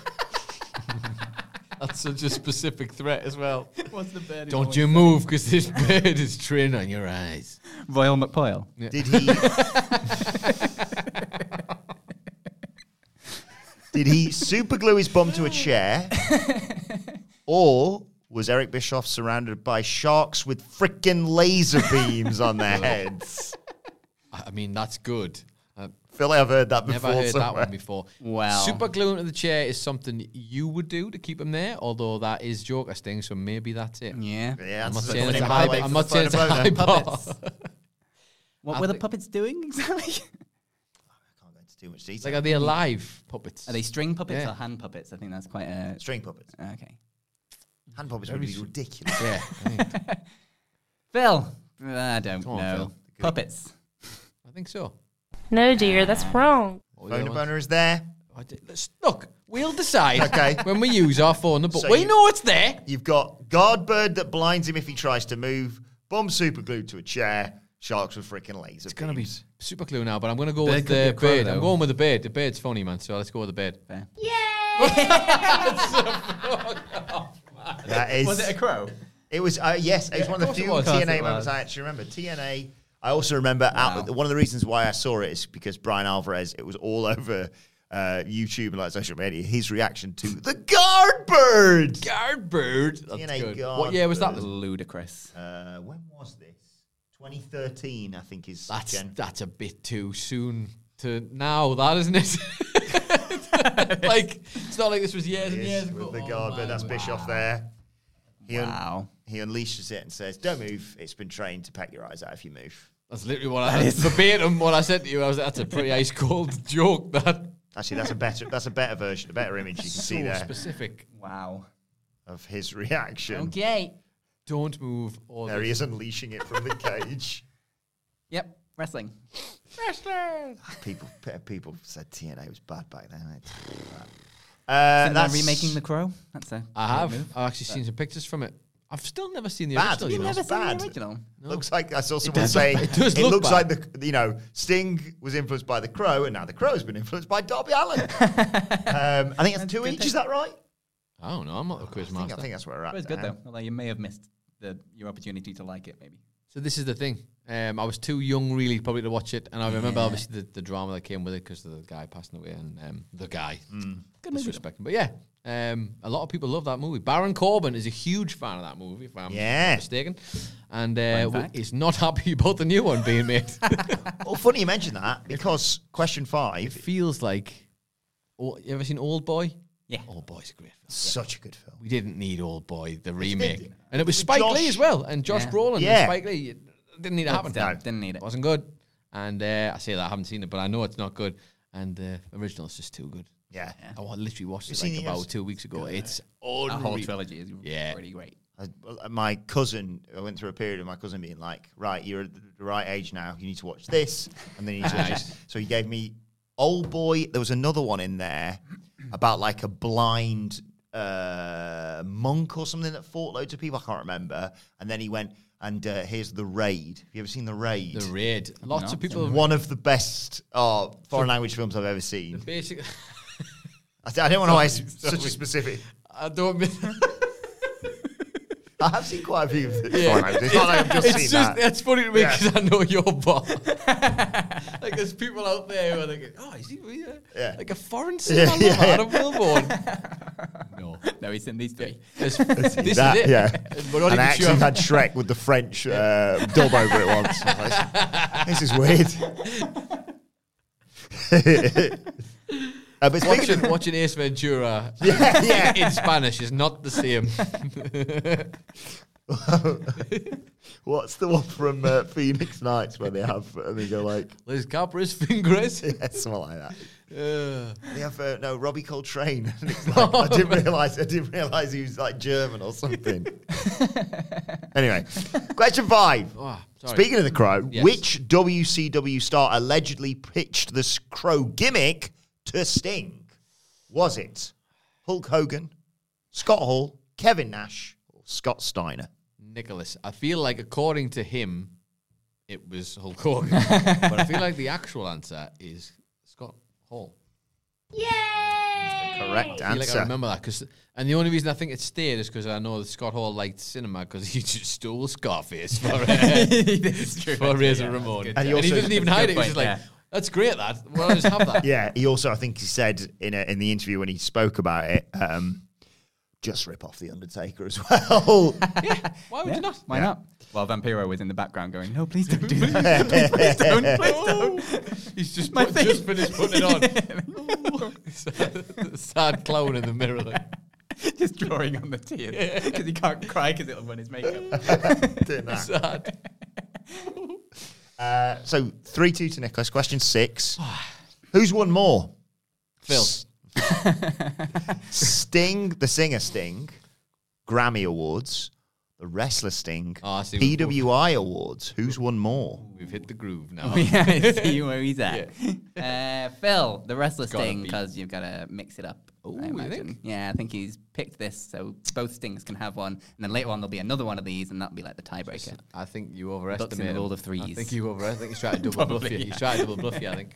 that's such a specific threat as well. What's the bird? Don't you move because this bird is trained on your eyes. Royal McPoyle. Did he? did he super glue his bum to a chair, or was Eric Bischoff surrounded by sharks with frickin' laser beams on their heads? I I mean, that's good. I've feel like I've heard that never before. heard that somewhere. one before. Wow. Super gluing to the chair is something you would do to keep him there, although that is Joker Sting, so maybe that's it. Yeah. Yeah, I'm that's not the saying it's winning a high bar. highlight for I'm the not saying it's a Phonobono. high bar. Puppets. What I were the think- puppets doing exactly? Can't go into too much detail. Like, are they alive puppets? Are they string puppets Yeah. or hand puppets? I think that's quite a. String puppets, Okay. hand puppets would be ridiculous. Yeah. I think, Phil. I don't Come on, know. Phil. Puppets. I think so. No, dear, that's wrong. What were the Boner other ones? boner is there. I did- let's- Look, we'll decide Okay. when we use our phone, but So we you- know it's there. You've got guard bird that blinds him if he tries to move. Bum super glued to a chair. Sharks with freaking laser. It's gonna be beams. super clue now, but I'm gonna go Bird with could be the a crow, bird. I'm though. going with the bird. The bird's funny, man. So let's go with the bird. Fair. That is. Was it a crow? It was uh, yes. It was one of the course it few was. Of course TNA it moments was. I actually remember. TNA. I also remember out, one of the reasons why I saw it is because Brian Alvarez. It was all over uh, YouTube and like social media. His reaction to the guard bird. Guard bird. That's TNA good. guard What year was that? Ludicrous. Uh, when was this? 2013, I think is. That's Gen- that's a bit too soon to now. That isn't it? like it's not like this was years and years is ago. with the Oh, guard man. bird. That's Bischoff there. He un- Wow. he unleashes it and says, "Don't move. It's been trained to peck your eyes out if you move." That's literally what I verbatim what I said to you. I was like, that's a pretty ice cold joke. That Actually, that's a better that's a better version, a better image you can see so there specific. Wow. of his reaction. Okay. Don't move. Or There he is unleashing it from the cage. Yep. Wrestling. Uh, People, pe- people said TNA was bad back then. It's really bad. Uh, Isn't that remaking the crow? That's a I have. I've actually seen some pictures from it. I've still never seen the bad. original. you know. bad. Looks like I saw someone does- say it does look looks bad. like the you know Sting was influenced by The Crow, and now The Crow has been influenced by Darby Allen. um, I think that's two each. Is that right? I don't know. I'm not a quiz I think, master. I think that's where we're at. It was good now. Uh-huh. though, although you may have missed the, your opportunity to like it. Maybe So this is the thing. Um, I was too young, really, probably to watch it, and I remember Yeah. obviously the, the drama that came with it because the guy passing away and um, the guy Good movie, though. disrespecting. But yeah, um, a lot of people love that movie. Baron Corbin is a huge fan of that movie, if I'm Yeah. not mistaken, and uh, Fun w- fact. is not happy about the new one being made. Well, Oh, funny you mention that because question it five, feels like. Oh, you ever seen Old Boy? Yeah. Old Boy's a great film. such a good film. We didn't need Old Boy, the remake, did. and it was With Spike Josh- Lee as well, and Josh Yeah. Brolin. Yeah. Yeah, Spike Lee it didn't need to happen. Still, didn't need it. It wasn't good. And uh, I say that I haven't seen it, but I know it's not good. And uh, the original's just too good. Yeah, I wa- literally watched You've it like seen the about orig- two weeks ago. It's The unreal. whole trilogy is Yeah. pretty great. I- well, my cousin, I went through a period of my cousin being like, right, you're at the right age now. You need to watch this. And then you need to watch this. So he gave me Old Boy. There was another one in there about like a blind uh, monk or something that fought loads of people. I can't remember. And then he went, and uh, here's The Raid. Have you ever seen The Raid? The raid. Lots of people. have one of the best uh, foreign language films I've ever seen. Basically, I, I don't want to waste such a specific. I don't. mean- I have seen quite a few of the foreign languages. It's not like I've just seen it's just that. it's funny to me Yeah. because I know your bar. like there's people out there who are like, oh, is he really a- Yeah. like a foreign singer? Yeah, Yeah, yeah. Adam Wilborn. no, No, he's in these three. There's- this is That, it. Yeah. We're not and I even actually sure. had Shrek with the French uh, dub over it once. I was like, this is weird. uh, but speaking watching, of, watching Ace Ventura yeah, yeah. in Spanish is not the same. What's the one from uh, Phoenix Nights where they have and they go like, Liz Capra's fingers. yeah, something like that. Uh, They have uh, no Robbie Coltrane. And it's like, I didn't realize. I didn't realize he was like German or something. anyway, question five. oh, sorry. Speaking of the crow, Yes. which WCW star allegedly pitched this crow gimmick to Sting? Was it Hulk Hogan, Scott Hall, Kevin Nash, or Scott Steiner? Nicholas, I feel like according to him, it was Hulk Hogan, but I feel like the actual answer is Scott Hall. Correct I feel like I answer. remember that because, and the only reason I think it stayed is because I know that Scott Hall liked cinema because he just stole Scarface for, uh, for Razor Ramon, and, And he he, also- didn't even That's a hide it. good He's just point, like, yeah. "That's great, that. Why don't I just have that?" yeah, he also, I think he said in a, in the interview when he spoke about it, um, just rip off the Undertaker as well. Why would you not? Why not? Well, Vampiro was in the background going, "No, please don't do that. please, please don't. Please don't." He's just My put, just face. finished putting it on. sad, sad clown in the mirror. Like, Just drawing on the tears because he can't cry because it'll run his makeup. Doing that. sad. Uh, so three two to Nicholas. Question six: Who's won more? Phil. S- Sting, the singer Sting, Grammy Awards, the wrestler Sting, Oh, I see what- PWI Awards. Who's won more? We've hit the groove now. yeah, see where he's at. Uh, Phil, the restless Gotta Sting, be. because you've got to mix it up. Ooh, I you imagine. think? Yeah, I think he's picked this, so both Stings can have one, and then later on there'll be another one of these, and that'll be like the tiebreaker. I think you overestimated. Ducks in the him. world of threes. I think you overestimated. I think he's trying to double bluff you. Probably, He's trying to double bluff you. I think.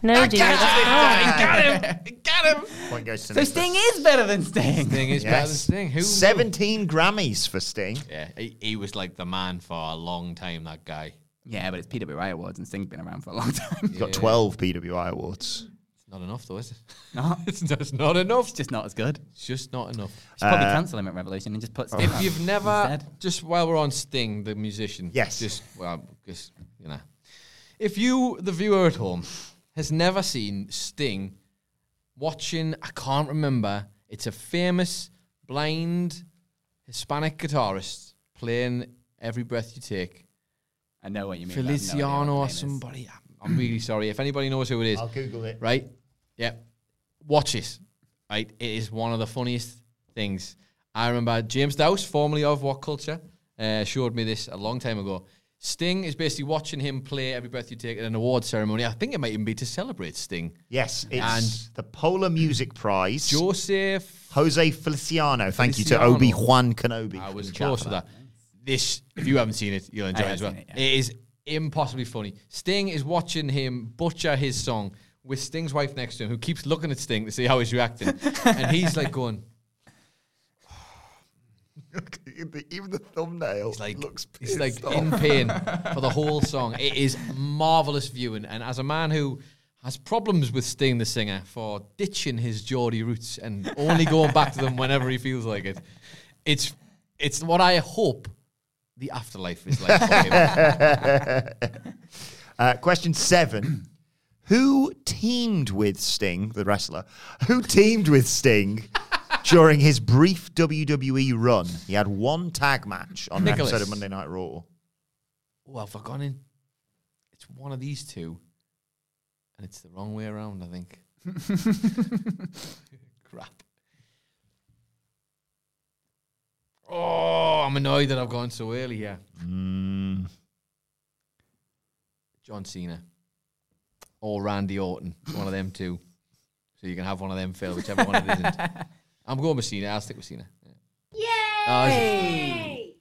No, dear, that's wrong. Point goes to So Nicholas. Sting is better than Sting. Thing is better than Yes. Sting. Who? knew? Seventeen Grammys for Sting. Yeah, he, he was like the man for a long time. That guy. Yeah, but it's PWI awards, and Sting's been around for a long time. He's got twelve PWI Awards. It's not enough, though, is it? No. it's, not, it's not enough. It's just not as good. It's just not enough. Should probably cancel him at Revolution and just put Sting. If on you've never, instead. just while we're on Sting, the musician. Yes. Just, well, just, you know. If you, the viewer at home, has never seen Sting watching, I can't remember, it's a famous blind Hispanic guitarist playing Every Breath You Take. I know what you mean. but I have no idea what Feliciano the or name is. somebody. I'm- I'm really sorry. If anybody knows who it is, I'll Google it. right? Yeah. Watch it. Right? It is one of the funniest things. I remember James Dowse, formerly of What Culture, uh, showed me this a long time ago. Sting is basically watching him play Every Breath You Take at an award ceremony. I think it might even be to celebrate Sting. Yes, it's the Polar Music Prize. Joseph Jose Feliciano. Thank Feliciano. you to Obi Juan Kenobi. I was for the close chat to for that. This, if you haven't seen it, you'll enjoy it have as well. seen it, yeah. It is impossibly funny. Sting is watching him butcher his song with Sting's wife next to him, who keeps looking at Sting to see how he's reacting, and he's like going, Even the- Even the thumbnail like- looks He's like pissed off. in pain for the whole song. It is marvelous viewing. And as a man who has problems with Sting the singer for ditching his Geordie roots and only going back to them whenever he feels like it, it's it's what I hope the afterlife is like for him. Uh, question seven. Who teamed with Sting, the wrestler? Who teamed with Sting during his brief WWE run? He had one tag match on Nicholas. an episode of Monday Night Raw. well, I've forgotten. It's one of these two. And it's the wrong way around, I think. Crap. Oh, I'm annoyed that I've gone so early here. John Cena or Randy Orton, one of them two. So you can have one of them, Phil, whichever one it isn't. I'm going with Cena. I'll stick with Cena. Oh, Yay!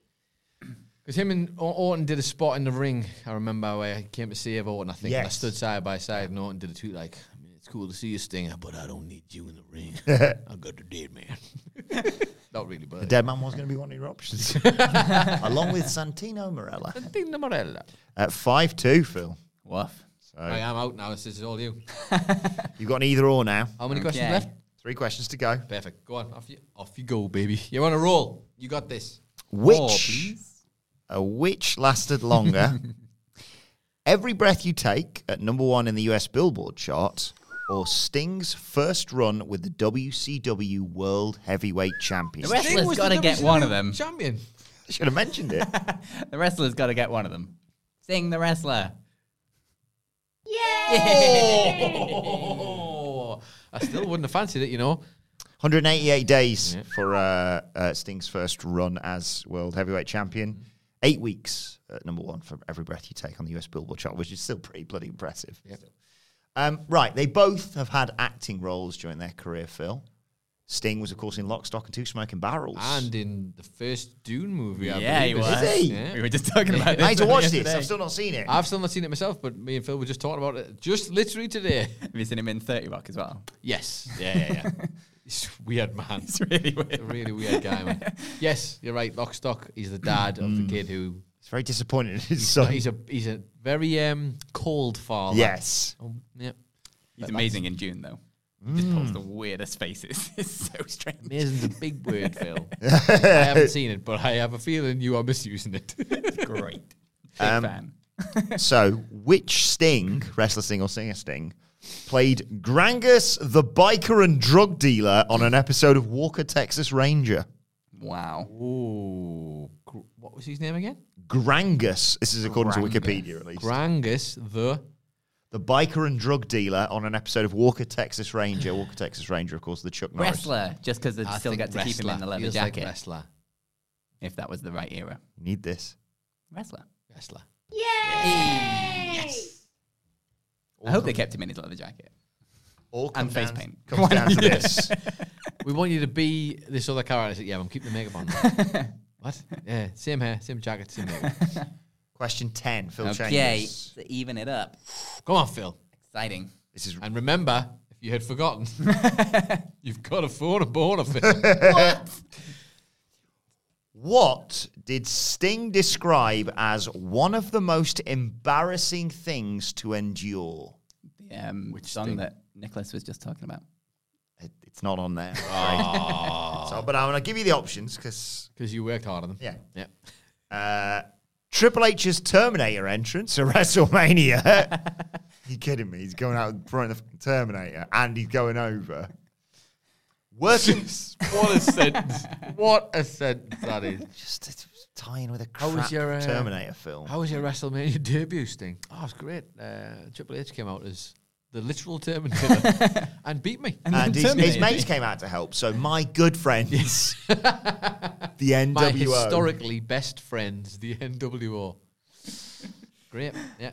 Because him and Or- Orton did a spot in the ring. I remember where I came to save Orton. I think and I Yes. stood side by side, and Orton did a tweet like, I mean, "It's cool to see you, Stinger, but I don't need you in the ring. I got the dead man." Not really, but The dead man was going to be one of your options, along with Santino Morella. Santino Morella. At 5 2, Phil. Woof. I am out now. This is all you. You've got an either or now. How many questions Okay. left? Three questions to go. Perfect. Go on. Off you, off you go, baby. You're on a roll. You got this. Four, Which, please. a which lasted longer? Every Breath You Take at number one in the US Billboard chart, or Sting's first run with the WCW World Heavyweight The Championship? Sting wrestler's was got to the get one of WCW them. Champion. I should have mentioned it. The wrestler's got to get one of them. Sing the wrestler. Oh, I still wouldn't have fancied it, you know. 188 days for uh, uh, Sting's first run as World Heavyweight Mm-hmm. Champion. Eight weeks at number one for Every Breath You Take on the US Billboard chart, which is still pretty bloody impressive. Um, right, they both have had acting roles during their career, Phil. Sting was, of course, in Lock, Stock, and Two Smoking Barrels. And in the first Dune movie, I yeah, he believe, was. it is. Is he? Yeah. We were just talking about this. I need to watch this. yesterday. I've still not seen it. I've still not seen it myself, but me and Phil were just talking about it just literally today. Have you seen him in 30 Rock as well? Yes. Yeah, yeah, yeah. He's a weird man. He's really weird. A really weird guy, man. yes, you're right. Lock Stock. He's the dad of the Mm. kid who. It's very disappointing. in his son. He's a he's a very um cold father. yes. Oh, yeah. He's amazing in June, though. He Just pulls Mm. the weirdest faces. it's so strange. Amazing's a big word, Phil. I haven't seen it, but I have a feeling you are misusing it. Great. Big Um, fan. so, which Sting, wrestler Sting or singer Sting, played Grangus, the biker and drug dealer, on an episode of Walker, Texas Ranger? Wow. Ooh, Gr- what was his name again? Grangus. This is according to Wikipedia, at least. Grangus the the biker and drug dealer on an episode of Walker, Texas Ranger. Walker, Texas Ranger, of course, the Chuck Norris. Wrestler, just because they I still think get to keep him in the wrestler. leather Feels like jacket, wrestler, if that was the right era. You need this. Wrestler. wrestler. I hope they kept him in his leather jacket. All comes face down- paint. Comes down to this. We want you to be this other character. I said, yeah, I'm keeping the makeup on. what? Yeah, same hair, same jacket, same makeup. Question 10, Phil Okay, Chambers. to even it up. Come on, Phil. Exciting. This is And remember, if you had forgotten, you've got a phone a boner, Phil. What did Sting describe as one of the most embarrassing things to endure? The um, song that Nicholas was just talking about. It- It's not on there. I'm afraid. so, but I'm going to give you the options because Because you worked hard on them. Yeah. Yeah. uh, Triple H's Terminator entrance at WrestleMania. you kidding me? He's going out in front of the fucking Terminator and he's going over. Working. What a sentence. What a sentence that is. Just it's tying with a How crap was your, uh, Terminator film. How was your WrestleMania debut, Sting? Oh, it's great. Uh, Triple H came out as the literal Terminator and beat me. and his, his Terminator. mates came out to help. So my good friends, the NWO. My historically best friends, the NWO. Great. Yeah.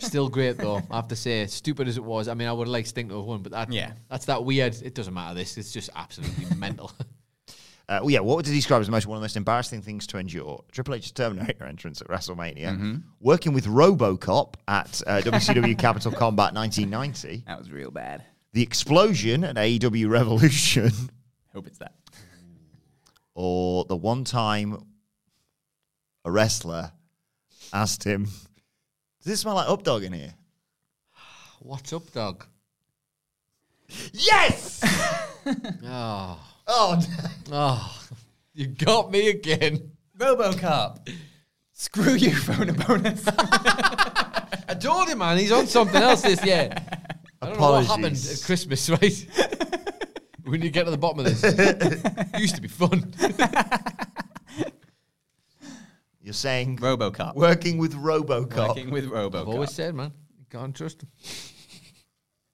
Still great though. I have to say, stupid as it was, I mean, I would like to think to have won, but that, Yeah. that's that weird. It doesn't matter. This it's just absolutely mental. Uh, well, yeah, what would you describe as the most one of the most embarrassing things to endure? Triple H's Terminator entrance at WrestleMania, Mm-hmm. working with RoboCop at uh, WCW Capital Combat 1990, That was real bad. the explosion at AEW Revolution, Hope it's that. or the one time a wrestler asked him, "Does it smell like updog in here?" What's up, dog? Yes. Oh, oh, oh, you got me again. RoboCop. Screw you, phone a bonus. I told him, man. He's on something else this year. I don't know what happened Apologies. at Christmas, right? we need to get to the bottom of this. Used to be fun. you're saying RoboCop. working with RoboCop. Working with RoboCop. I've always said, man, you can't trust him.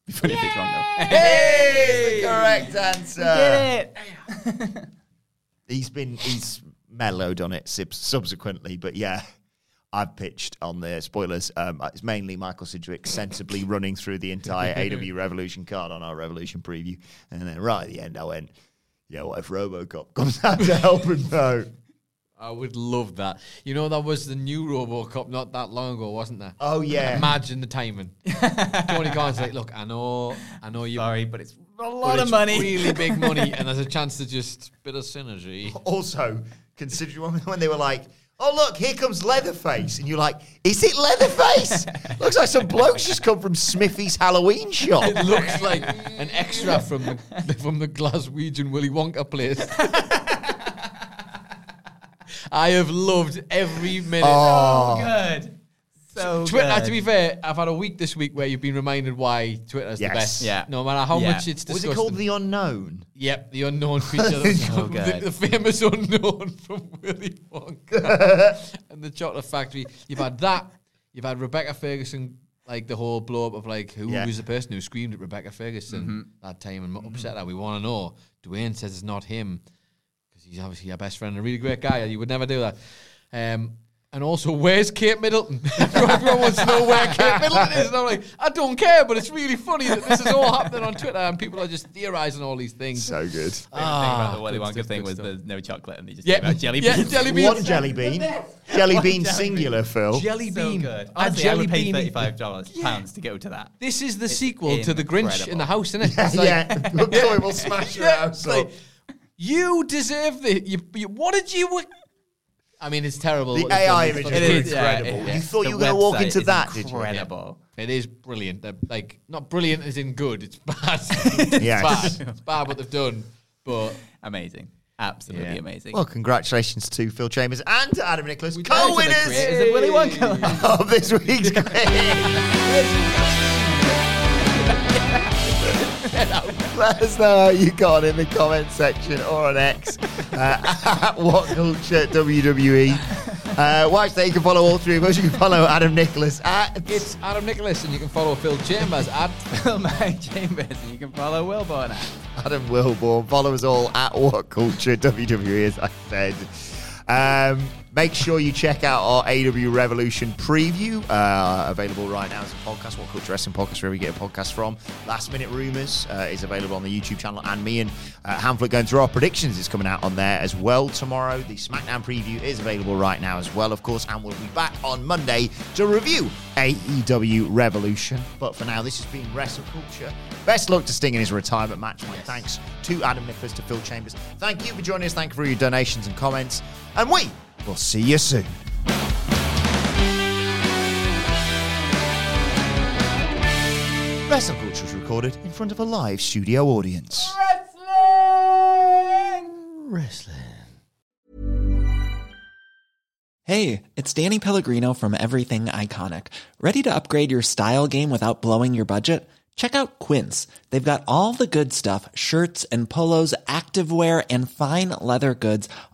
Be funny if it's wrong though. Hey, correct answer. Get it. he's been he's mellowed on it sub- subsequently, but yeah, I've pitched on the spoilers. Um, it's mainly Michael Sidgwick sensibly running through the entire AW Revolution card on our Revolution preview, and then right at the end, I went, "Yeah, what if RoboCop comes out to help him though?" I would love that. You know, that was the new RoboCop not that long ago, wasn't there? Oh yeah, Imagine the timing. Tony Khan's like, look, I know, I know you. Sorry, but it's a but lot of it's money. really big money, and there's a chance to just bit of synergy. also consider when- when they were like. Oh look, here comes Leatherface, and you're like, "Is it Leatherface? Looks like some bloke's just come from Smithy's Halloween shop." It looks like an extra from the, from the Glaswegian Willy Wonka place. I have loved every minute. So good. So Twitter, Oh, good. to be fair, I've had a week this week where you've been reminded why Twitter's Yes. the best. Yeah. No matter how Yeah. much it's Was disgusting. it called the unknown? Yep, the unknown creature. that's So called good. the, the famous unknown from Willy Wonka and the Chocolate Factory. You've had that. You've had Rebecca Ferguson, like the whole blow up of like who Yeah. was the person who screamed at Rebecca Ferguson that time and upset her. We want to know. Dwayne says it's not him because he's obviously our best friend, and a really great guy. You would never do that. Um, and also, where's Kate Middleton? Everyone wants to know where Kate Middleton is. And I'm like, I don't care, but it's really funny that this is all happening on Twitter and people are just theorizing all these things. So good. Ah, the Willy good Wonka stuff, thing good was stuff. there's no chocolate and they just Yeah. gave out jelly Yeah, beans. jelly beans. One jelly bean. Jelly One bean jelly singular, Phil. Jelly So bean. good. A Honestly, I jelly would pay bean. thirty-five dollars pounds to go to that. This is the sequel to the Grinch in incredible. the house, isn't it? yeah. Look, Chloe will smash your house up. you deserve the. You, you, what did you? I mean, it's terrible. The what they've AI done. image It's is fucking- incredible. yeah, You thought The you were going to walk website into is that, did you? Incredible. It is brilliant. They're, like not brilliant as in good. It's bad. it's Yes. bad. It's bad what they've done. But Amazing. Absolutely Yeah. amazing. Well, congratulations to Phil Chambers and to Adam Nicholas, We co did it to the winners creators. is it Willy Wonka? of this week's quiz. Let us know how you got on in the comment section or on X uh, at What Culture WWE. Uh, watch that you can follow all three of us. You can follow Adam Nicholas at it's Adam Nicholas, and you can follow Phil Chambers at Phil Mike Chambers, and you can follow Wilborn at. Adam Wilborn. Follow us all at What Culture WWE, as I said. Um, make sure you check out our AW Revolution preview, uh, available right now as a podcast. What Culture Wrestling Podcast, where we get a podcast from. Last Minute Rumors uh, is available on the YouTube channel, and me and uh, Hamlet going through our predictions is coming out on there as well tomorrow. The SmackDown preview is available right now as well, of course, and we'll be back on Monday to review AEW Revolution. But for now, this has been Wrestle Culture. Best luck to Sting in his retirement match. My thanks to Adam Nicholas, to Phil Chambers. Thank you for joining us. Thank you for your donations and comments. And we will see you soon. Wrestle Culture is recorded in front of a live studio audience. Hey, it's Danny Pellegrino from Everything Iconic. Ready to upgrade your style game without blowing your budget? Check out Quince. They've got all the good stuff shirts and polos, activewear, and fine leather goods,